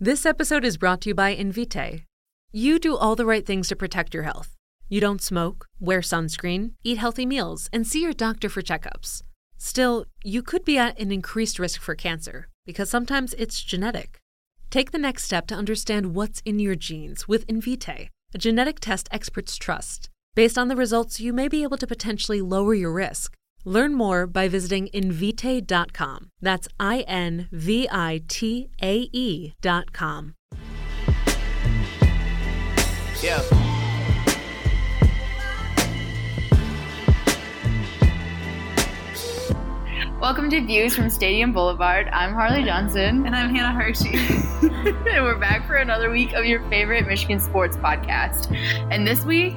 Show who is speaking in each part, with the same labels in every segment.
Speaker 1: This episode is brought to you by Invite. You do all the right things to protect your health. You don't smoke, wear sunscreen, eat healthy meals, and see your doctor for checkups. Still, you could be at an increased risk for cancer because sometimes it's genetic. Take the next step to understand what's in your genes with Invite, a genetic test experts trust. Based on the results, you may be able to potentially lower your risk. Learn more by visiting invitae.com. That's I N V I T A E E.com.
Speaker 2: Yeah.
Speaker 3: Welcome to Views from Stadium Boulevard. I'm Harley Johnson.
Speaker 4: And I'm Hannah Hershey.
Speaker 3: And we're back for another week of your favorite Michigan sports podcast. And this week,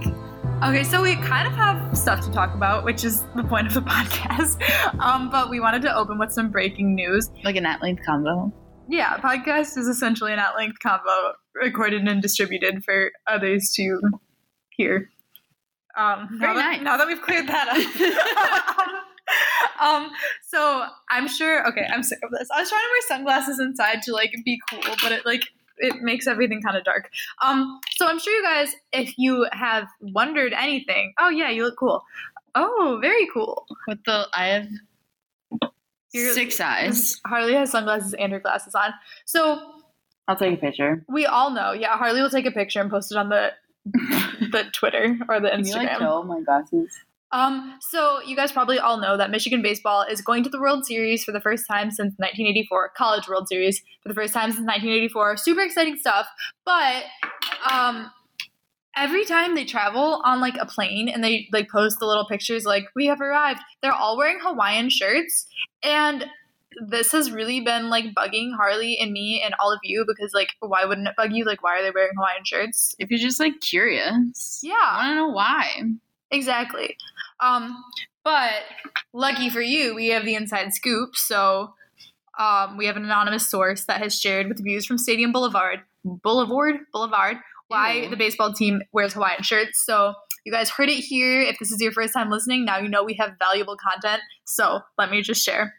Speaker 4: okay, so we kind of have stuff to talk about, which is the point of the podcast. Um, but we wanted to open with some breaking news.
Speaker 3: like an at length combo.
Speaker 4: Yeah, podcast is essentially an at length combo recorded and distributed for others to hear. Um,
Speaker 3: Very
Speaker 4: now, that,
Speaker 3: nice.
Speaker 4: now that we've cleared that up. um, so I'm sure, okay, I'm sick of this. I was trying to wear sunglasses inside to like be cool, but it like it makes everything kind of dark. Um, so I'm sure you guys, if you have wondered anything, oh yeah, you look cool. Oh, very cool.
Speaker 3: With the, I have
Speaker 4: You're-
Speaker 3: six eyes.
Speaker 4: Harley has sunglasses and her glasses on. So
Speaker 3: I'll take a picture.
Speaker 4: we all know. Yeah, Harley will take a picture and post it on the the Twitter or the
Speaker 3: Can you like
Speaker 4: Instagram.
Speaker 3: show my glasses?
Speaker 4: um, so you guys probably all know that Michigan baseball is going to the World Series for the first time since 1984, College World Series for the first time since 1984. Super exciting stuff. But um, every time they travel on like a plane and they like post the little pictures like we have arrived, they're all wearing Hawaiian shirts and this has really been like bugging Harley and me and all of you because like why wouldn't it bug you? Like why are they wearing Hawaiian shirts?
Speaker 3: If you're just like curious.
Speaker 4: Yeah.
Speaker 3: I don't know why.
Speaker 4: Exactly. Um, but lucky for you, we have the inside scoop. So um, we have an anonymous source that has shared with views from Stadium Boulevard, Boulevard, Boulevard, why
Speaker 3: Ew.
Speaker 4: the baseball team wears Hawaiian shirts. So you guys heard it here. If this is your first time listening, now you know we have valuable content. So let me just share.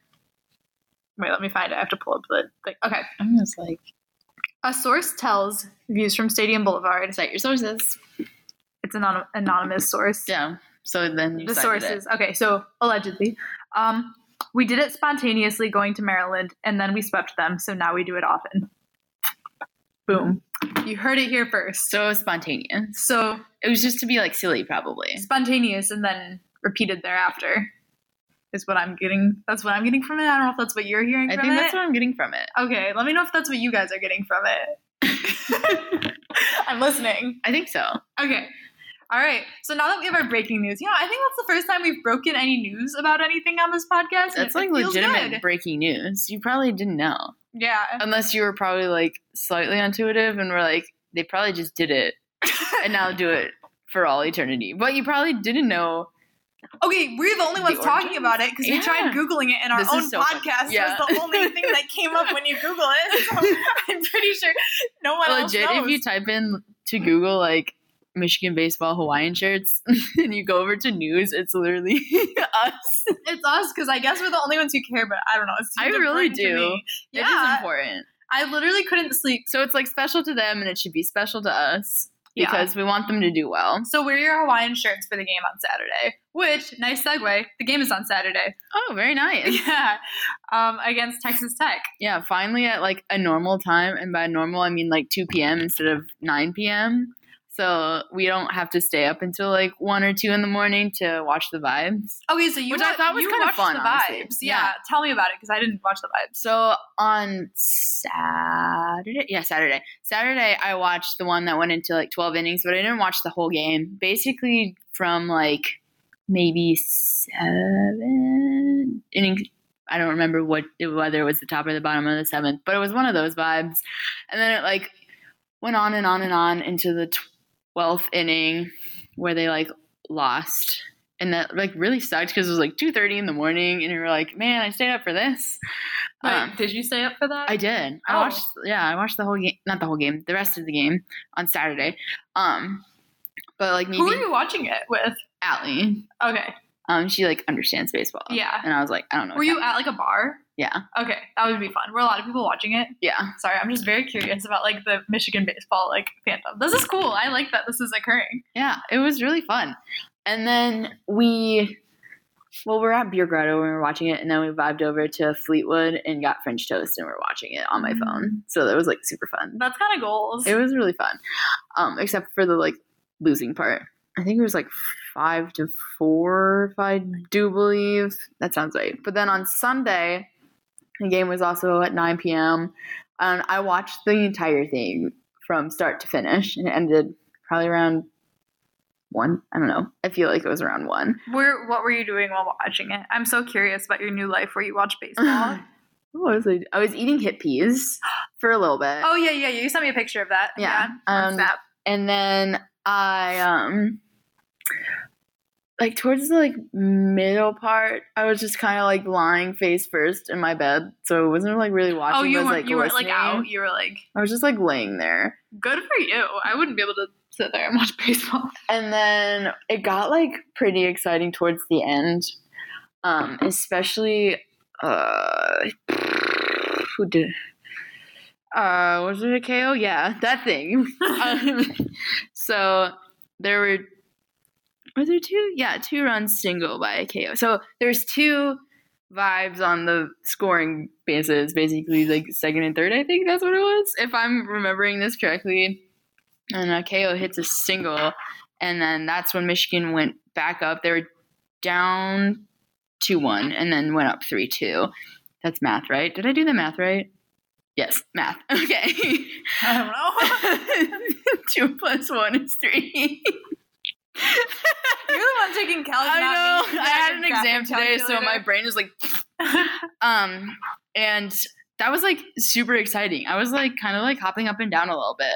Speaker 4: Wait, let me find it. I have to pull up the thing. Okay.
Speaker 3: I'm just like,
Speaker 4: A source tells views from Stadium Boulevard.
Speaker 3: cite your sources.
Speaker 4: It's an anon- anonymous source.
Speaker 3: Yeah. So then you
Speaker 4: the
Speaker 3: cited it.
Speaker 4: sources. Okay, so allegedly, um, we did it spontaneously going to Maryland, and then we swept them. So now we do it often. Boom! You heard it here first.
Speaker 3: So it was spontaneous.
Speaker 4: So
Speaker 3: It was just to be like silly, probably.
Speaker 4: spontaneous, and then repeated thereafter is what I'm getting. That's what I'm getting from it. I don't know if that's what you're hearing
Speaker 3: I
Speaker 4: from
Speaker 3: think
Speaker 4: it.
Speaker 3: that's what I'm getting from it.
Speaker 4: okay, let me know if that's what you guys are getting from it. I'm listening.
Speaker 3: I think so.
Speaker 4: Okay. All right. So now that we have our breaking news, you know, I think that's the first time we've broken any news about anything on this podcast. and
Speaker 3: That's
Speaker 4: it- it
Speaker 3: like
Speaker 4: feels
Speaker 3: legitimate
Speaker 4: good.
Speaker 3: breaking news. You probably didn't know.
Speaker 4: Yeah.
Speaker 3: Unless you were probably like slightly intuitive and were like, they probably just did it and now do it for all eternity. But you probably didn't know.
Speaker 4: Okay, we're the only ones
Speaker 3: The
Speaker 4: talking
Speaker 3: origins?
Speaker 4: about it because we
Speaker 3: Yeah.
Speaker 4: tried googling it in our
Speaker 3: This is
Speaker 4: own
Speaker 3: so funny.
Speaker 4: podcast.
Speaker 3: Yeah.
Speaker 4: It was the only thing that came up when you Google it. So I'm pretty sure no one
Speaker 3: Legit,
Speaker 4: else knows.
Speaker 3: if you type in to Google like Michigan baseball Hawaiian shirts and you go over to news, it's literally us.
Speaker 4: it's us because I guess we're the only ones who care. But I don't know. It seems
Speaker 3: I really
Speaker 4: important to
Speaker 3: do.
Speaker 4: me.
Speaker 3: It is
Speaker 4: Yeah,
Speaker 3: important.
Speaker 4: I literally couldn't sleep.
Speaker 3: So it's like special to them and it should be special to us
Speaker 4: Yeah.
Speaker 3: because we want them to do well.
Speaker 4: So wear your Hawaiian shirts for the game on Saturday. Which nice segue. The game is on Saturday.
Speaker 3: Oh, very nice.
Speaker 4: Yeah, um, against Texas Tech.
Speaker 3: Yeah, finally at like a normal time, and by normal I mean like 2 p.m. instead of 9 p.m. So we don't have to stay up until like one or two in the morning to watch the vibes.
Speaker 4: Okay, so you
Speaker 3: Which I
Speaker 4: wa-
Speaker 3: thought was
Speaker 4: you
Speaker 3: kinda
Speaker 4: watched
Speaker 3: fun,
Speaker 4: The
Speaker 3: honestly.
Speaker 4: vibes.
Speaker 3: Yeah.
Speaker 4: yeah, tell me about it because I didn't watch the vibes.
Speaker 3: So on Saturday, yeah, Saturday, Saturday I watched the one that went into like 12 innings, but I didn't watch the whole game. Basically from like maybe seven innings. I don't remember what whether it was the top or the bottom of the seventh, but it was one of those vibes. And then it like went on and on and on into the twelfth inning where they like lost, and that like really sucked because it was like two thirty in the morning, and you were like, man, I stayed up for this.
Speaker 4: Wait,
Speaker 3: Um,
Speaker 4: did you stay up for that?
Speaker 3: I did. I
Speaker 4: Oh.
Speaker 3: watched. Yeah, I watched the whole game. Not the whole game. The rest of the game on Saturday. Um, but like
Speaker 4: Who were
Speaker 3: maybe
Speaker 4: you watching it with?
Speaker 3: Allie.
Speaker 4: Okay.
Speaker 3: Um, she like understands baseball.
Speaker 4: Yeah.
Speaker 3: And I was like, I don't know.
Speaker 4: Were
Speaker 3: what
Speaker 4: you
Speaker 3: that-
Speaker 4: at like a bar?
Speaker 3: Yeah.
Speaker 4: Okay, that would be fun. Were a lot of people watching it?
Speaker 3: Yeah.
Speaker 4: Sorry, I'm just very curious about like the Michigan baseball like fandom. This is cool. I like that this is occurring.
Speaker 3: Yeah. It was really fun. And then we, well, we're at Beer Grotto and we were watching it, and then we vibed over to Fleetwood and got French toast and we are watching it on my
Speaker 4: Mm.
Speaker 3: phone. So that was like super fun.
Speaker 4: That's kind of goals.
Speaker 3: It was really fun, um, except for the like losing part. I think it was like five to four, if I do believe that sounds right. But then on Sunday, the game was also at 9 p.m. and I watched the entire thing from start to finish, and it ended probably around one. I don't know. I feel like it was around one.
Speaker 4: Where what were you doing while watching it? I'm so curious about your new life where you watch baseball.
Speaker 3: What was I? I was eating hit peas for a little bit.
Speaker 4: oh yeah, yeah. You sent me a picture of that.
Speaker 3: Yeah,
Speaker 4: on
Speaker 3: um,
Speaker 4: Snap.
Speaker 3: and then I um like towards the like middle part, I was just kind of like lying face first in my bed, so I wasn't like really watching.
Speaker 4: Oh, you
Speaker 3: but I was,
Speaker 4: were
Speaker 3: like,
Speaker 4: you were like
Speaker 3: listening.
Speaker 4: out. You were like
Speaker 3: I was just like laying there,
Speaker 4: good for you. I wouldn't be able to sit there and watch baseball.
Speaker 3: and then it got like pretty exciting towards the end, um, especially uh, who did. Uh, was it a KO? Yeah, that thing. um, so there were were there two yeah two runs single by a ko so there's two vibes on the scoring bases basically like second and third i think that's what it was if i'm remembering this correctly and a ko hits a single and then that's when michigan went back up they were down 2-1 and then went up 3-2 that's math right did i do the math right yes math okay
Speaker 4: I don't know.
Speaker 3: Two plus one is three.
Speaker 4: You're the one taking calc.
Speaker 3: I
Speaker 4: not me.
Speaker 3: know. I
Speaker 4: You
Speaker 3: had an
Speaker 4: graphic
Speaker 3: exam today, so my
Speaker 4: calculator.
Speaker 3: brain is like, um, and that was like super exciting. I was like kind of like hopping up and down a little bit,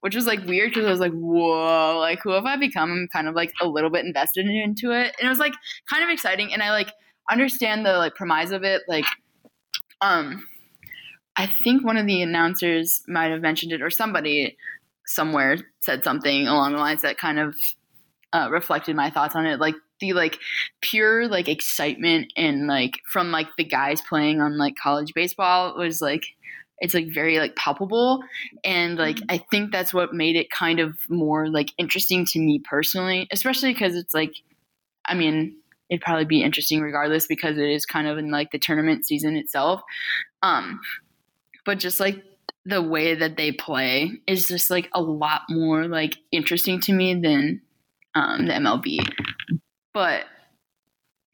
Speaker 3: which was like weird because I was like, whoa, like who have I become? I'm kind of like a little bit invested into it, and it was like kind of exciting, and I like understand the like premise of it, like, um. I think one of the announcers might have mentioned it, or somebody somewhere said something along the lines that kind of uh, reflected my thoughts on it. Like the like pure like excitement and like from like the guys playing on like college baseball was like it's like very like palpable and like
Speaker 4: Mhm.
Speaker 3: i think that's what made it kind of more like interesting to me personally especially because it's like i mean it'd probably be interesting regardless because it is kind of in like the tournament season itself um but just like the way that they play is just like a lot more like interesting to me than um the MLB. But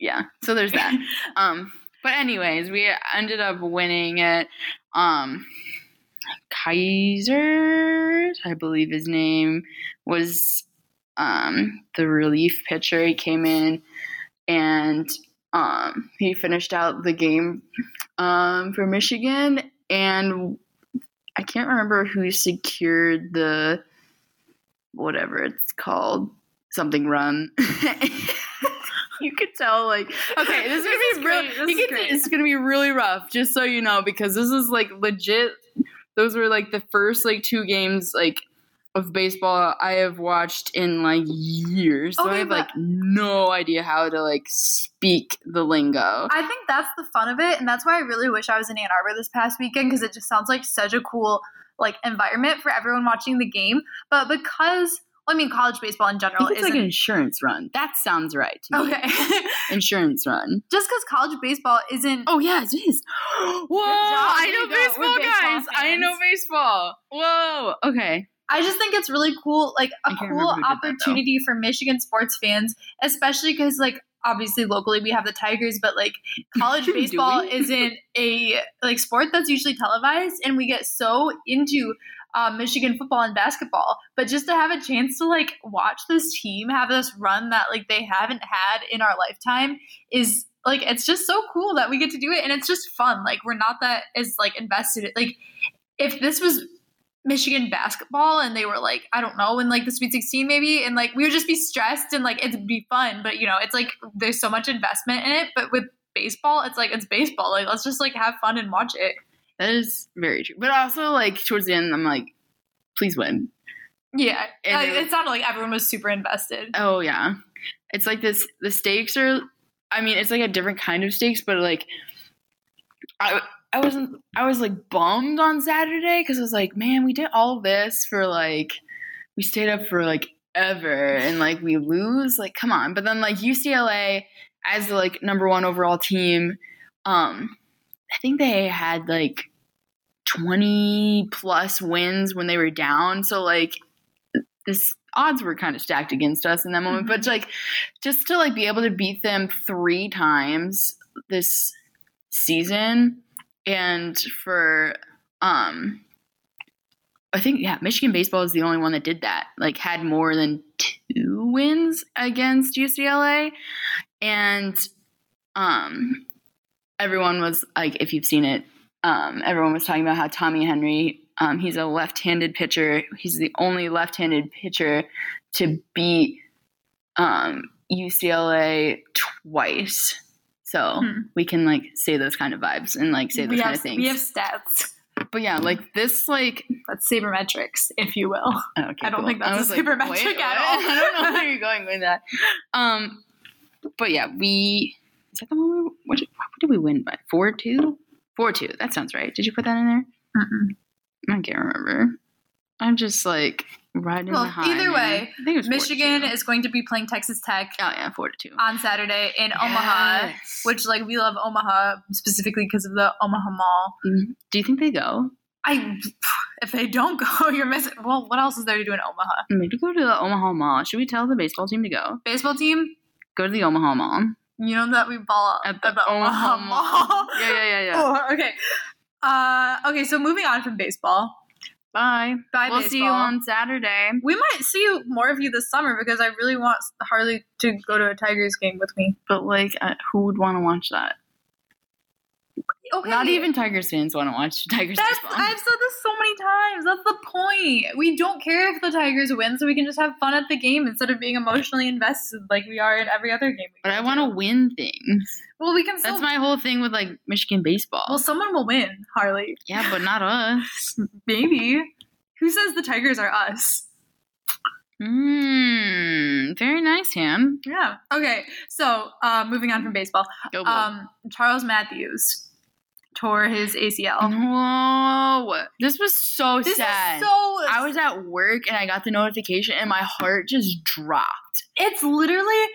Speaker 3: yeah, so there's that. um but anyways, we ended up winning it um Kaiser, I believe his name was um the relief pitcher he came in and um he finished out the game um for Michigan and I can't remember who secured the whatever it's called something run. you could tell like okay, this is gonna
Speaker 4: This is
Speaker 3: be real.
Speaker 4: great, this
Speaker 3: you
Speaker 4: is
Speaker 3: could-
Speaker 4: great.
Speaker 3: It's gonna be really rough, just so you know, because this is like legit. Those were like the first like two games like of baseball I have watched in like years. So I
Speaker 4: Okay,
Speaker 3: have
Speaker 4: but-
Speaker 3: like no idea how to like speak the lingo.
Speaker 4: I think that's the fun of it, and that's why I really wish I was in Ann Arbor this past weekend because it just sounds like such a cool like environment for everyone watching the game. But because well, I mean, college baseball in
Speaker 3: I
Speaker 4: general
Speaker 3: think it's
Speaker 4: isn't
Speaker 3: like an insurance run. That sounds right. To me.
Speaker 4: okay.
Speaker 3: Insurance run.
Speaker 4: just because college baseball isn't
Speaker 3: Oh yeah, it is. Whoa! I
Speaker 4: there
Speaker 3: know
Speaker 4: you go. We're
Speaker 3: baseball,
Speaker 4: baseball
Speaker 3: guys. I know
Speaker 4: fans.
Speaker 3: baseball. Whoa. Okay.
Speaker 4: I just think it's really cool, like
Speaker 3: I
Speaker 4: a
Speaker 3: can't
Speaker 4: cool
Speaker 3: remember who did that, though.
Speaker 4: opportunity for Michigan sports fans, especially because like obviously locally we have the Tigers, but like college
Speaker 3: Do
Speaker 4: baseball
Speaker 3: we?
Speaker 4: isn't a like sport that's usually televised, and we get so into uh, Michigan football and basketball. But just to have a chance to like watch this team have this run that like they haven't had in our lifetime is like it's just so cool that we get to do it, and it's just fun. Like we're not that as like invested. Like if this was Michigan basketball and they were like, I don't know, in like the Sweet 16 maybe, and like we would just be stressed and like it'd be fun, but you know, it's like there's so much investment in it. But with baseball, it's like it's baseball. Like let's just like have fun and watch it.
Speaker 3: That is very true. But also, like towards the end, I'm like, please win.
Speaker 4: Yeah.
Speaker 3: And
Speaker 4: like,
Speaker 3: then-
Speaker 4: it sounded like everyone was super invested.
Speaker 3: Oh yeah. It's like this. The stakes are I mean, it's like a different kind of steaks, but like, I I wasn't I was like bummed on Saturday because I was like, man, we did all this for like, we stayed up for like ever, and like we lose, like come on. But then like UCLA as the like number one overall team, um, I think they had like twenty plus wins when they were down, so like this odds were kind of stacked against us in that moment but like just to like be able to beat them three times this season and for um i think yeah michigan baseball is the only one that did that like had more than two wins against ucla and um everyone was like if you've seen it um everyone was talking about how tommy henry um, he's a left-handed pitcher. He's the only left-handed pitcher to beat um, UCLA twice. So
Speaker 4: Hmm.
Speaker 3: we can like say those kind of vibes and like say those
Speaker 4: we
Speaker 3: kind
Speaker 4: have
Speaker 3: of things.
Speaker 4: we have stats.
Speaker 3: but yeah, like this, like
Speaker 4: That's sabermetrics, if you will.
Speaker 3: okay,
Speaker 4: I don't
Speaker 3: cool.
Speaker 4: think that's
Speaker 3: I
Speaker 4: a
Speaker 3: was
Speaker 4: super
Speaker 3: wait,
Speaker 4: metric
Speaker 3: what?
Speaker 4: at all.
Speaker 3: I don't know where you're going with that. Um, but yeah, we is that the one we what did, what did we win by four two four two? That sounds right. Did you put that in there? I can't remember. I'm just like riding
Speaker 4: Well,
Speaker 3: the high.
Speaker 4: either
Speaker 3: man.
Speaker 4: way,
Speaker 3: I think it was
Speaker 4: Michigan
Speaker 3: 42.
Speaker 4: is going to be playing Texas Tech
Speaker 3: Oh yeah, four to two.
Speaker 4: on Saturday in Omaha,
Speaker 3: Yes.
Speaker 4: which like we love Omaha specifically because of the Omaha Mall.
Speaker 3: Mhm. do you think they go?
Speaker 4: I if they don't go, you're missing. Well, what else is there to do in Omaha?
Speaker 3: Maybe go to the Omaha Mall. Should we tell the baseball team to go?
Speaker 4: Baseball team,
Speaker 3: Go to the Omaha Mall
Speaker 4: you know that we ball
Speaker 3: at the, Omaha, Mall. yeah, yeah, yeah, yeah.
Speaker 4: Oh, okay. Uh, okay, so moving on from baseball.
Speaker 3: Bye.
Speaker 4: Bye,
Speaker 3: we'll
Speaker 4: baseball.
Speaker 3: see you on Saturday.
Speaker 4: we might see more of you this summer because I really want Harley to go to a Tigers game with me.
Speaker 3: But like, uh, who would want to watch that?
Speaker 4: Okay.
Speaker 3: Not even Tigers fans want to watch Tigers
Speaker 4: That's
Speaker 3: baseball.
Speaker 4: I've said this so many times. That's the point. We don't care if the Tigers win, so we can just have fun at the game instead of being emotionally invested like we are in every other game. we
Speaker 3: but
Speaker 4: go
Speaker 3: I want to win things.
Speaker 4: Well, we can. Still,
Speaker 3: That's my whole thing with like Michigan baseball.
Speaker 4: Well, someone will win, Harley.
Speaker 3: yeah, but not us.
Speaker 4: Maybe. Who says the Tigers are us?
Speaker 3: Mmm. Very nice, Ham.
Speaker 4: Yeah. Okay. So, uh, moving on from baseball,
Speaker 3: Go. Bulls.
Speaker 4: um, Charles Matthews tore his ACL.
Speaker 3: No, this was so
Speaker 4: Um, oh. This
Speaker 3: sad.
Speaker 4: is so.
Speaker 3: I was at work and I got the notification and my heart just dropped.
Speaker 4: It's literally. Oh.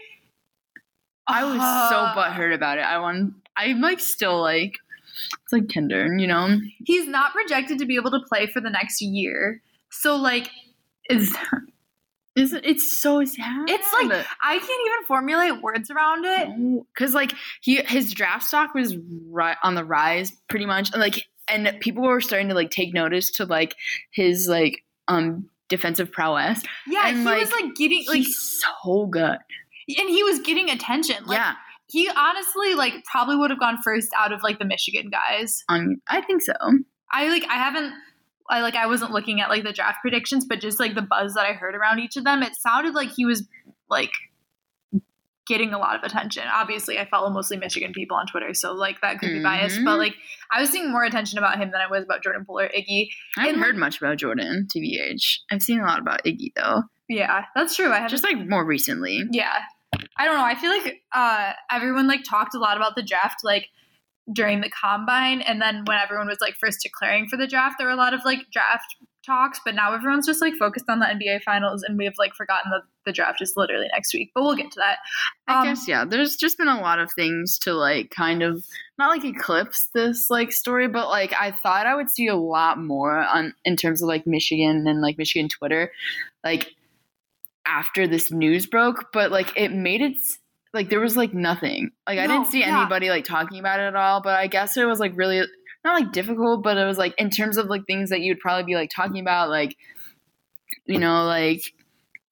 Speaker 3: I was
Speaker 4: Uh.
Speaker 3: so butthurt about it. I want. I'm like still like it's like Tinder, you know.
Speaker 4: He's not projected to be able to play for the next year. So like is
Speaker 3: It's, it's so sad.
Speaker 4: It's
Speaker 3: Mm.
Speaker 4: like- I can't even formulate words around it.
Speaker 3: because like he his draft stock was ri- on the rise pretty much, and like and people were starting to like take notice to like his like um defensive prowess.
Speaker 4: Yeah,
Speaker 3: And,
Speaker 4: he was
Speaker 3: like,
Speaker 4: like getting like
Speaker 3: Like so good.
Speaker 4: and he was getting attention. Like
Speaker 3: yeah,
Speaker 4: he honestly like probably would have gone first out of like the Michigan guys.
Speaker 3: um, I think so.
Speaker 4: I like I haven't I like I wasn't looking at like the draft predictions, but just like the buzz that I heard around each of them, it sounded like he was like getting a lot of attention. Obviously, I follow mostly Michigan people on Twitter, so like that could be biased, but
Speaker 3: Mhm.
Speaker 4: like I was seeing more attention about him than I was about Jordan Poole or Iggy.
Speaker 3: I haven't
Speaker 4: And, like-
Speaker 3: heard much about Jordan, TBH. I've seen a lot about Iggy though.
Speaker 4: Yeah, that's true. I haven't
Speaker 3: just like more recently.
Speaker 4: Yeah. I don't know. I feel like uh, everyone like talked a lot about the draft like during the combine and then when everyone was like first declaring for the draft, there were a lot of like draft talks, but now everyone's just like focused on the NBA finals and we have like forgotten that the draft is literally next week. But we'll get to that.
Speaker 3: I
Speaker 4: Um,
Speaker 3: guess yeah. There's just been a lot of things to like kind of not like eclipse this like story, but like I thought I would see a lot more on in terms of like Michigan and like Michigan Twitter, like after this news broke. But like it made it s- like there was like nothing. Like I
Speaker 4: No,
Speaker 3: didn't see
Speaker 4: yeah.
Speaker 3: anybody like talking about it at all. But I guess it was like really not like difficult, but it was like in terms of like things that you'd probably be like talking about, like you know, like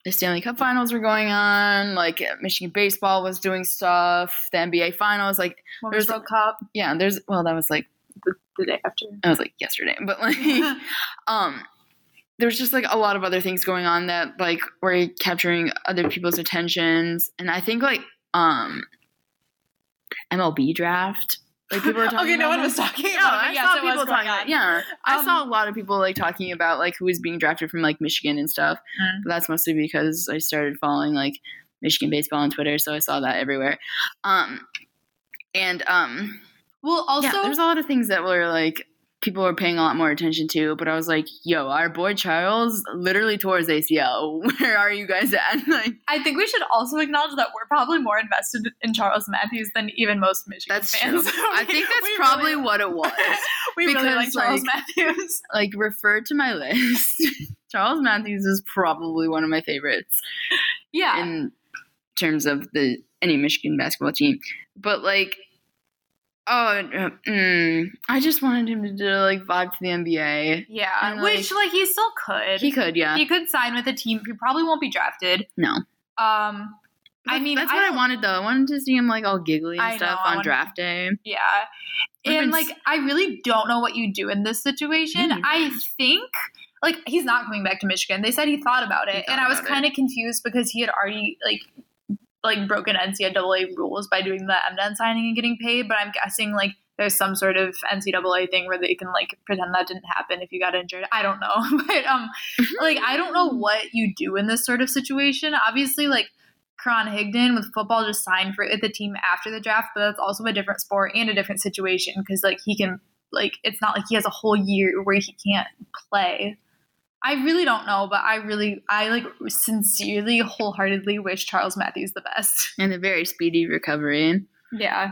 Speaker 3: the Stanley Cup Finals were going on, like Michigan baseball was doing stuff, the NBA Finals, like
Speaker 4: Women's
Speaker 3: There's-
Speaker 4: Oh, World Cup
Speaker 3: yeah, there's well, that was like
Speaker 4: the day after.
Speaker 3: that was like yesterday, but like um, there's just like a lot of other things going on that like were capturing other people's attentions, and I think like um, MLB draft, like people were talking.
Speaker 4: okay, no
Speaker 3: about
Speaker 4: one
Speaker 3: that.
Speaker 4: was talking
Speaker 3: No,
Speaker 4: about it, but
Speaker 3: I
Speaker 4: yes,
Speaker 3: saw
Speaker 4: it was
Speaker 3: people
Speaker 4: going
Speaker 3: talking.
Speaker 4: on.
Speaker 3: Yeah, I
Speaker 4: Um,
Speaker 3: saw a lot of people like talking about like who was being drafted from like Michigan and stuff.
Speaker 4: Mm.
Speaker 3: But that's mostly because I started following like Michigan baseball on Twitter, so I saw that everywhere. Um, and um,
Speaker 4: Well, also,
Speaker 3: yeah, there's a lot of things that were like people were paying a lot more attention to, but I was like, yo, our boy Charles literally tore his ACL. Where are you guys at? Like,
Speaker 4: I think we should also acknowledge that we're probably more invested in Charles Matthews than even most Michigan
Speaker 3: that's true.
Speaker 4: fans.
Speaker 3: I think
Speaker 4: We-
Speaker 3: that's
Speaker 4: we
Speaker 3: probably
Speaker 4: really-
Speaker 3: what it was.
Speaker 4: we really
Speaker 3: because,
Speaker 4: like Charles
Speaker 3: like-
Speaker 4: Matthews.
Speaker 3: like refer to my list. Charles Matthews is probably one of my favorites
Speaker 4: Yeah,
Speaker 3: in terms of the any Michigan basketball team. But like, oh, uh, mm, I just wanted him to do like vibe to the NBA.
Speaker 4: yeah.
Speaker 3: and,
Speaker 4: Which like he still could.
Speaker 3: He could, yeah.
Speaker 4: He could sign with a team. He probably won't be drafted.
Speaker 3: no,
Speaker 4: Um, I mean,
Speaker 3: that's what I,
Speaker 4: don't-
Speaker 3: wanted though. I wanted to see him like all giggly and
Speaker 4: I
Speaker 3: stuff
Speaker 4: know, I
Speaker 3: on
Speaker 4: wanted-
Speaker 3: draft day.
Speaker 4: Yeah.
Speaker 3: Would've
Speaker 4: And
Speaker 3: been s-
Speaker 4: like I really don't know what you do in this situation.
Speaker 3: Mhm.
Speaker 4: I think like he's not coming back to Michigan. They said he thought about
Speaker 3: He
Speaker 4: it.
Speaker 3: thought
Speaker 4: and I was
Speaker 3: about it.
Speaker 4: kind of confused because he had already like like broken NCAA rules by doing the MDN signing and getting paid, but I'm guessing like there's some sort of NCAA thing where they can like pretend that didn't happen if you got injured. I don't know. but um
Speaker 3: Mm-hmm.
Speaker 4: like I don't know what you do in this sort of situation. Obviously, like Karan Higdon with football just signed for with the team after the draft, but that's also a different sport and a different situation because like he can like it's not like he has a whole year where he can't play. I really don't know, but I really I like sincerely, wholeheartedly wish Charles Matthews the best.
Speaker 3: And a very speedy recovery.
Speaker 4: Yeah.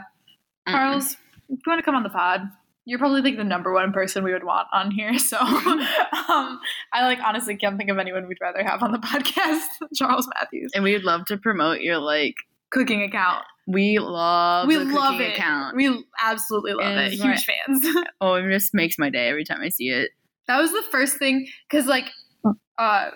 Speaker 3: Mm.
Speaker 4: Charles, if you want to come on the pod, you're probably like the number one person we would want on here. So um, I like honestly can't think of anyone we'd rather have on the podcast than Charles Matthews.
Speaker 3: and we would love to promote your like.
Speaker 4: Cooking account.
Speaker 3: We love
Speaker 4: we
Speaker 3: the
Speaker 4: love
Speaker 3: cooking
Speaker 4: it.
Speaker 3: account.
Speaker 4: We absolutely
Speaker 3: It
Speaker 4: love it.
Speaker 3: is
Speaker 4: Huge
Speaker 3: right.
Speaker 4: fans.
Speaker 3: oh, it just makes my day every time I see it.
Speaker 4: that was the first thing because like uh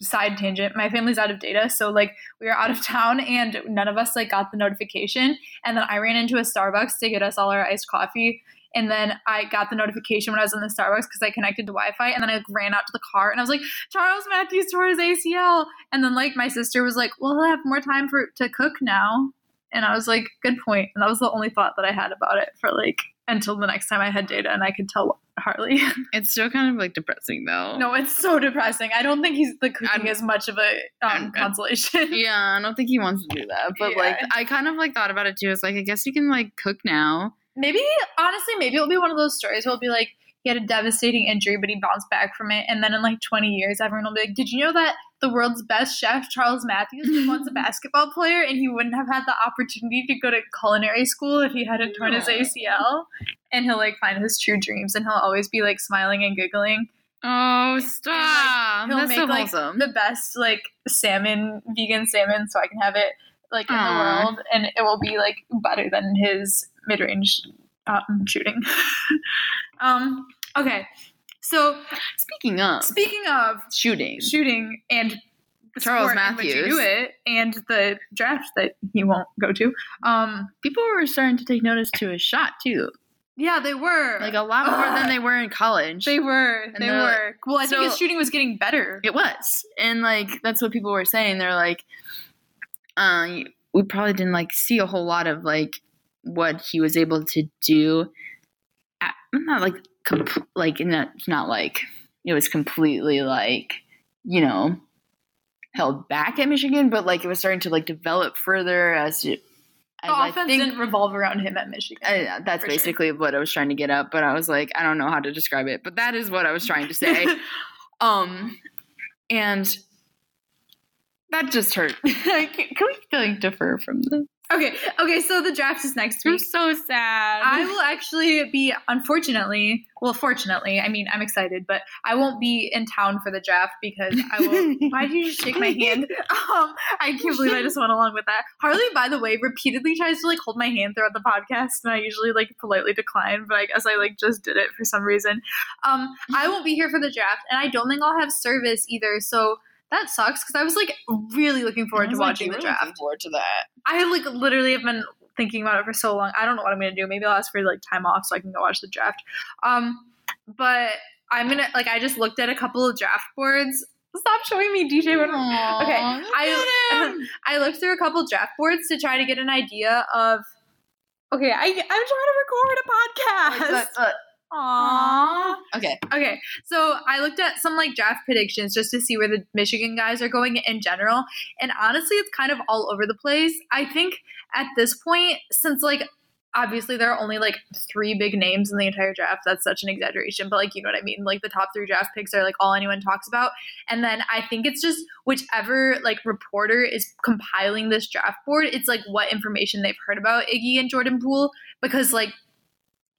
Speaker 4: side tangent my family's out of data so like we were out of town and none of us like got the notification and then i ran into a starbucks to get us all our iced coffee and then i got the notification when i was in the starbucks because i connected to wi-fi and then i like, ran out to the car and i was like charles matthews tore his acl and then like my sister was like well he'll have more time for to cook now and i was like good point and that was the only thought that i had about it for like until the next time i had data and i could tell harley
Speaker 3: It's still kind of like depressing though.
Speaker 4: No, it's so depressing. I don't think he's the cooking
Speaker 3: I'm-
Speaker 4: is much of a
Speaker 3: I'm-
Speaker 4: um, consolation.
Speaker 3: Yeah, I don't think he wants to do that. But
Speaker 4: Yeah.
Speaker 3: like I kind of like thought about it too. It's like I guess you can like cook now.
Speaker 4: Maybe honestly, maybe it'll be one of those stories where it'll be like he had a devastating injury, but he bounced back from it, and then in like twenty years, everyone will be like, "Did you know that the world's best chef Charles Matthews was once a basketball player, and he wouldn't have had the opportunity to go to culinary school if he hadn't torn his
Speaker 3: No.
Speaker 4: ACL?" And he'll like find his true dreams, and he'll always be like smiling and giggling.
Speaker 3: Oh stop.
Speaker 4: he'll
Speaker 3: That's
Speaker 4: make
Speaker 3: so
Speaker 4: like
Speaker 3: wholesome.
Speaker 4: the best like salmon vegan salmon so i can have it like in
Speaker 3: Aw.
Speaker 4: the world and it will be like better than his mid-range um, shooting um okay so
Speaker 3: Speaking of
Speaker 4: speaking of
Speaker 3: shooting.
Speaker 4: shooting and the
Speaker 3: Charles
Speaker 4: sport in which you
Speaker 3: Matthews.
Speaker 4: do it and the draft that he won't go to um
Speaker 3: People were starting to take notice to his shot too.
Speaker 4: yeah they were
Speaker 3: Like a lot more than they were in college.
Speaker 4: they were
Speaker 3: And
Speaker 4: they
Speaker 3: they're like-
Speaker 4: were well i think
Speaker 3: So-
Speaker 4: his shooting was getting better
Speaker 3: It was. And like that's what people were saying. They're like, uh, we probably didn't like see a whole lot of like what he was able to do. At, not like comp- like in that it's not like it was completely like you know held back at Michigan, but like it was starting to like develop further as. to-
Speaker 4: the
Speaker 3: as I
Speaker 4: offense
Speaker 3: think-
Speaker 4: didn't revolve around him at michigan
Speaker 3: I, that's
Speaker 4: For sure.
Speaker 3: basically what I was trying to get up, but I was like, I don't know how to describe it, but that is what I was trying to say. um, and that just hurt. Like, Can we like defer from this?
Speaker 4: Okay, okay, so the draft is next
Speaker 3: I'm
Speaker 4: week.
Speaker 3: so sad.
Speaker 4: I will actually be, unfortunately, well, fortunately, I mean, I'm excited, but I won't be in town for the draft because I will. why did you just shake my hand? Um, I can't believe I just went along with that. Harley, by the way, repeatedly tries to like hold my hand throughout the podcast, and I usually like politely decline, but I guess I like just did it for some reason. Um, I won't be here for the draft, and I don't think I'll have service either, so. That sucks because I was like really looking forward to watching the draft.
Speaker 3: Forward to that.
Speaker 4: I like literally have been thinking about it for so long. I don't know what I'm gonna do. Maybe I'll ask for like time off so I can go watch the draft. Um, but I'm gonna like I just looked at a couple of draft boards. Stop showing me DJ. What Okay, I I looked through a couple draft boards to try to get an idea of. Okay, I I'm trying to record a podcast. Aww.
Speaker 3: Okay.
Speaker 4: Okay, so I looked at some like draft predictions just to see where the Michigan guys are going in general, and honestly, it's kind of all over the place. I think at this point, since like obviously there are only like three big names in the entire draft, that's such an exaggeration, but like you know what I mean. Like the top three draft picks are like all anyone talks about, and then I think it's just whichever like reporter is compiling this draft board, it's like what information they've heard about Iggy and Jordan Poole because like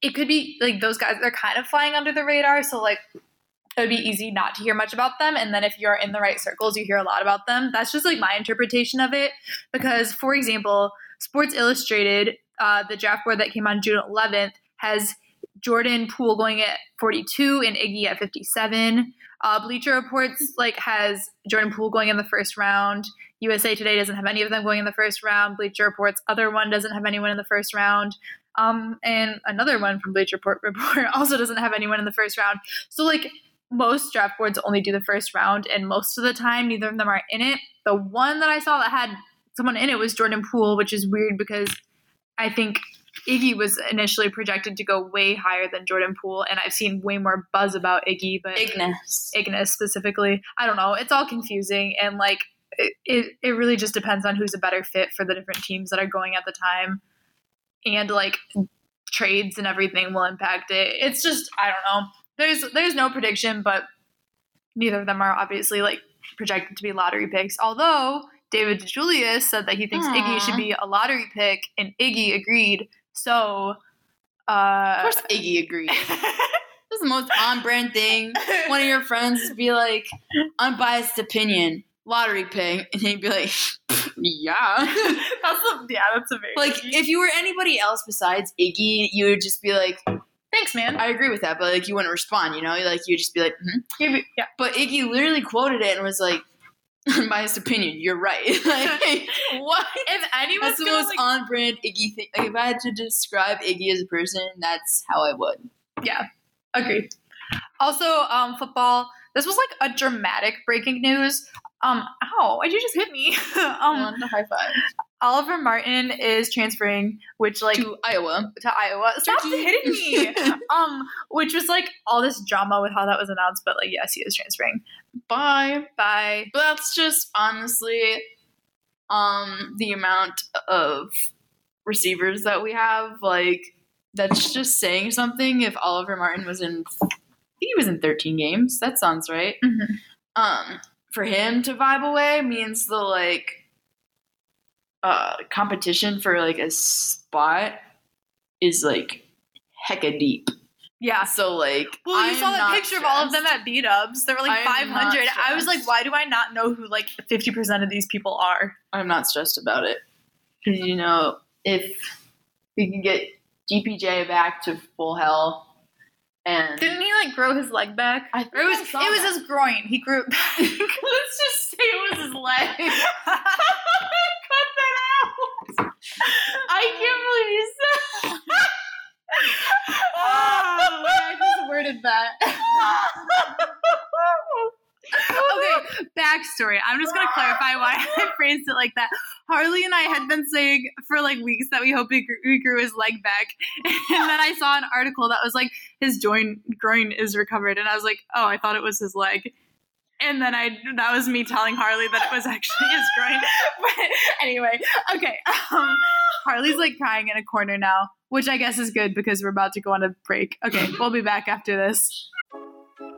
Speaker 4: it could be like those guys they're kind of flying under the radar so like it would be easy not to hear much about them and then if you're in the right circles you hear a lot about them that's just like my interpretation of it because for example sports illustrated uh, the draft board that came on june 11th has jordan poole going at 42 and iggy at 57 uh, bleacher reports like has jordan poole going in the first round usa today doesn't have any of them going in the first round bleacher reports other one doesn't have anyone in the first round um, and another one from Bleacher Report, Report also doesn't have anyone in the first round. So like most draft boards only do the first round, and most of the time neither of them are in it. The one that I saw that had someone in it was Jordan Poole, which is weird because I think Iggy was initially projected to go way higher than Jordan Poole, and I've seen way more buzz about Iggy, but
Speaker 3: Ignis.
Speaker 4: Ignis specifically. I don't know. It's all confusing and like it, it, it really just depends on who's a better fit for the different teams that are going at the time and like trades and everything will impact it. It's just I don't know. There's there's no prediction, but neither of them are obviously like projected to be lottery picks. Although David DeJulius said that he thinks
Speaker 3: Aw.
Speaker 4: Iggy should be a lottery pick, and Iggy agreed. So,
Speaker 3: Of
Speaker 4: uh,
Speaker 3: course, Iggy agreed. This is the most on-brand thing. One of your friends would be like, unbiased opinion, lottery pick, and he'd be like, yeah.
Speaker 4: that's a, yeah, that's a very
Speaker 3: like, if you were anybody else besides Iggy, you would just be like,
Speaker 4: thanks, man.
Speaker 3: I agree with that, but like, you wouldn't respond, you know? Like, you'd just be like, hmm.
Speaker 4: Maybe- yeah,
Speaker 3: but Iggy literally quoted it and was like, unbiased opinion, you're right. like, what?
Speaker 4: if anyone's
Speaker 3: That's the
Speaker 4: gonna,
Speaker 3: most
Speaker 4: like-
Speaker 3: on brand Iggy thing. Like, if I had to describe Iggy as a person, that's how I would.
Speaker 4: Agreed. Also, um, football. This was like a dramatic breaking news. Um, ow, why'd you just hit me?
Speaker 3: I
Speaker 4: um,
Speaker 3: wanted to high five.
Speaker 4: Oliver Martin is transferring, which like to,
Speaker 3: to Iowa.
Speaker 4: Iowa. Stop
Speaker 3: Turkey.
Speaker 4: hitting me. um, which was like all this drama with how that was announced, but like yes, he is transferring.
Speaker 3: Bye.
Speaker 4: Bye.
Speaker 3: But that's just honestly um the amount of receivers that we have. Like that's just saying something. If Oliver Martin was in I think he was in 13 games. That sounds right.
Speaker 4: Mhm.
Speaker 3: Um for him to vibe away means the like uh competition for like a spot is like hecka deep.
Speaker 4: Yeah.
Speaker 3: So like
Speaker 4: Well,
Speaker 3: I
Speaker 4: you
Speaker 3: am
Speaker 4: saw that
Speaker 3: not
Speaker 4: picture of all of
Speaker 3: stressed.
Speaker 4: them at beat ups. There were like
Speaker 3: I am not
Speaker 4: 500. I was like,
Speaker 3: stressed.
Speaker 4: why do I not know who like 50% of these people are?
Speaker 3: I'm not stressed about it. Because, you know, if we can get DPJ back to full health and.
Speaker 4: Didn't he like grow his leg back?
Speaker 3: I think
Speaker 4: Or it was
Speaker 3: I
Speaker 4: it
Speaker 3: saw
Speaker 4: was
Speaker 3: that.
Speaker 4: his groin. He grew it back.
Speaker 3: Let's just say it was his leg. Cut that out. I can't believe you said. oh, I just worded that.
Speaker 4: okay, backstory. I'm just gonna clarify why I phrased it like that. Harley and I had been saying for like weeks that we hope he grew, he grew his leg back, and then I saw an article that was like his joint groin is recovered, and I was like, oh, I thought it was his leg. And then I that was me telling Harley that it was actually his groin. But anyway, okay. Um, Harley's like crying in a corner now, which I guess is good because we're about to go on a break. Okay, we'll be back after this.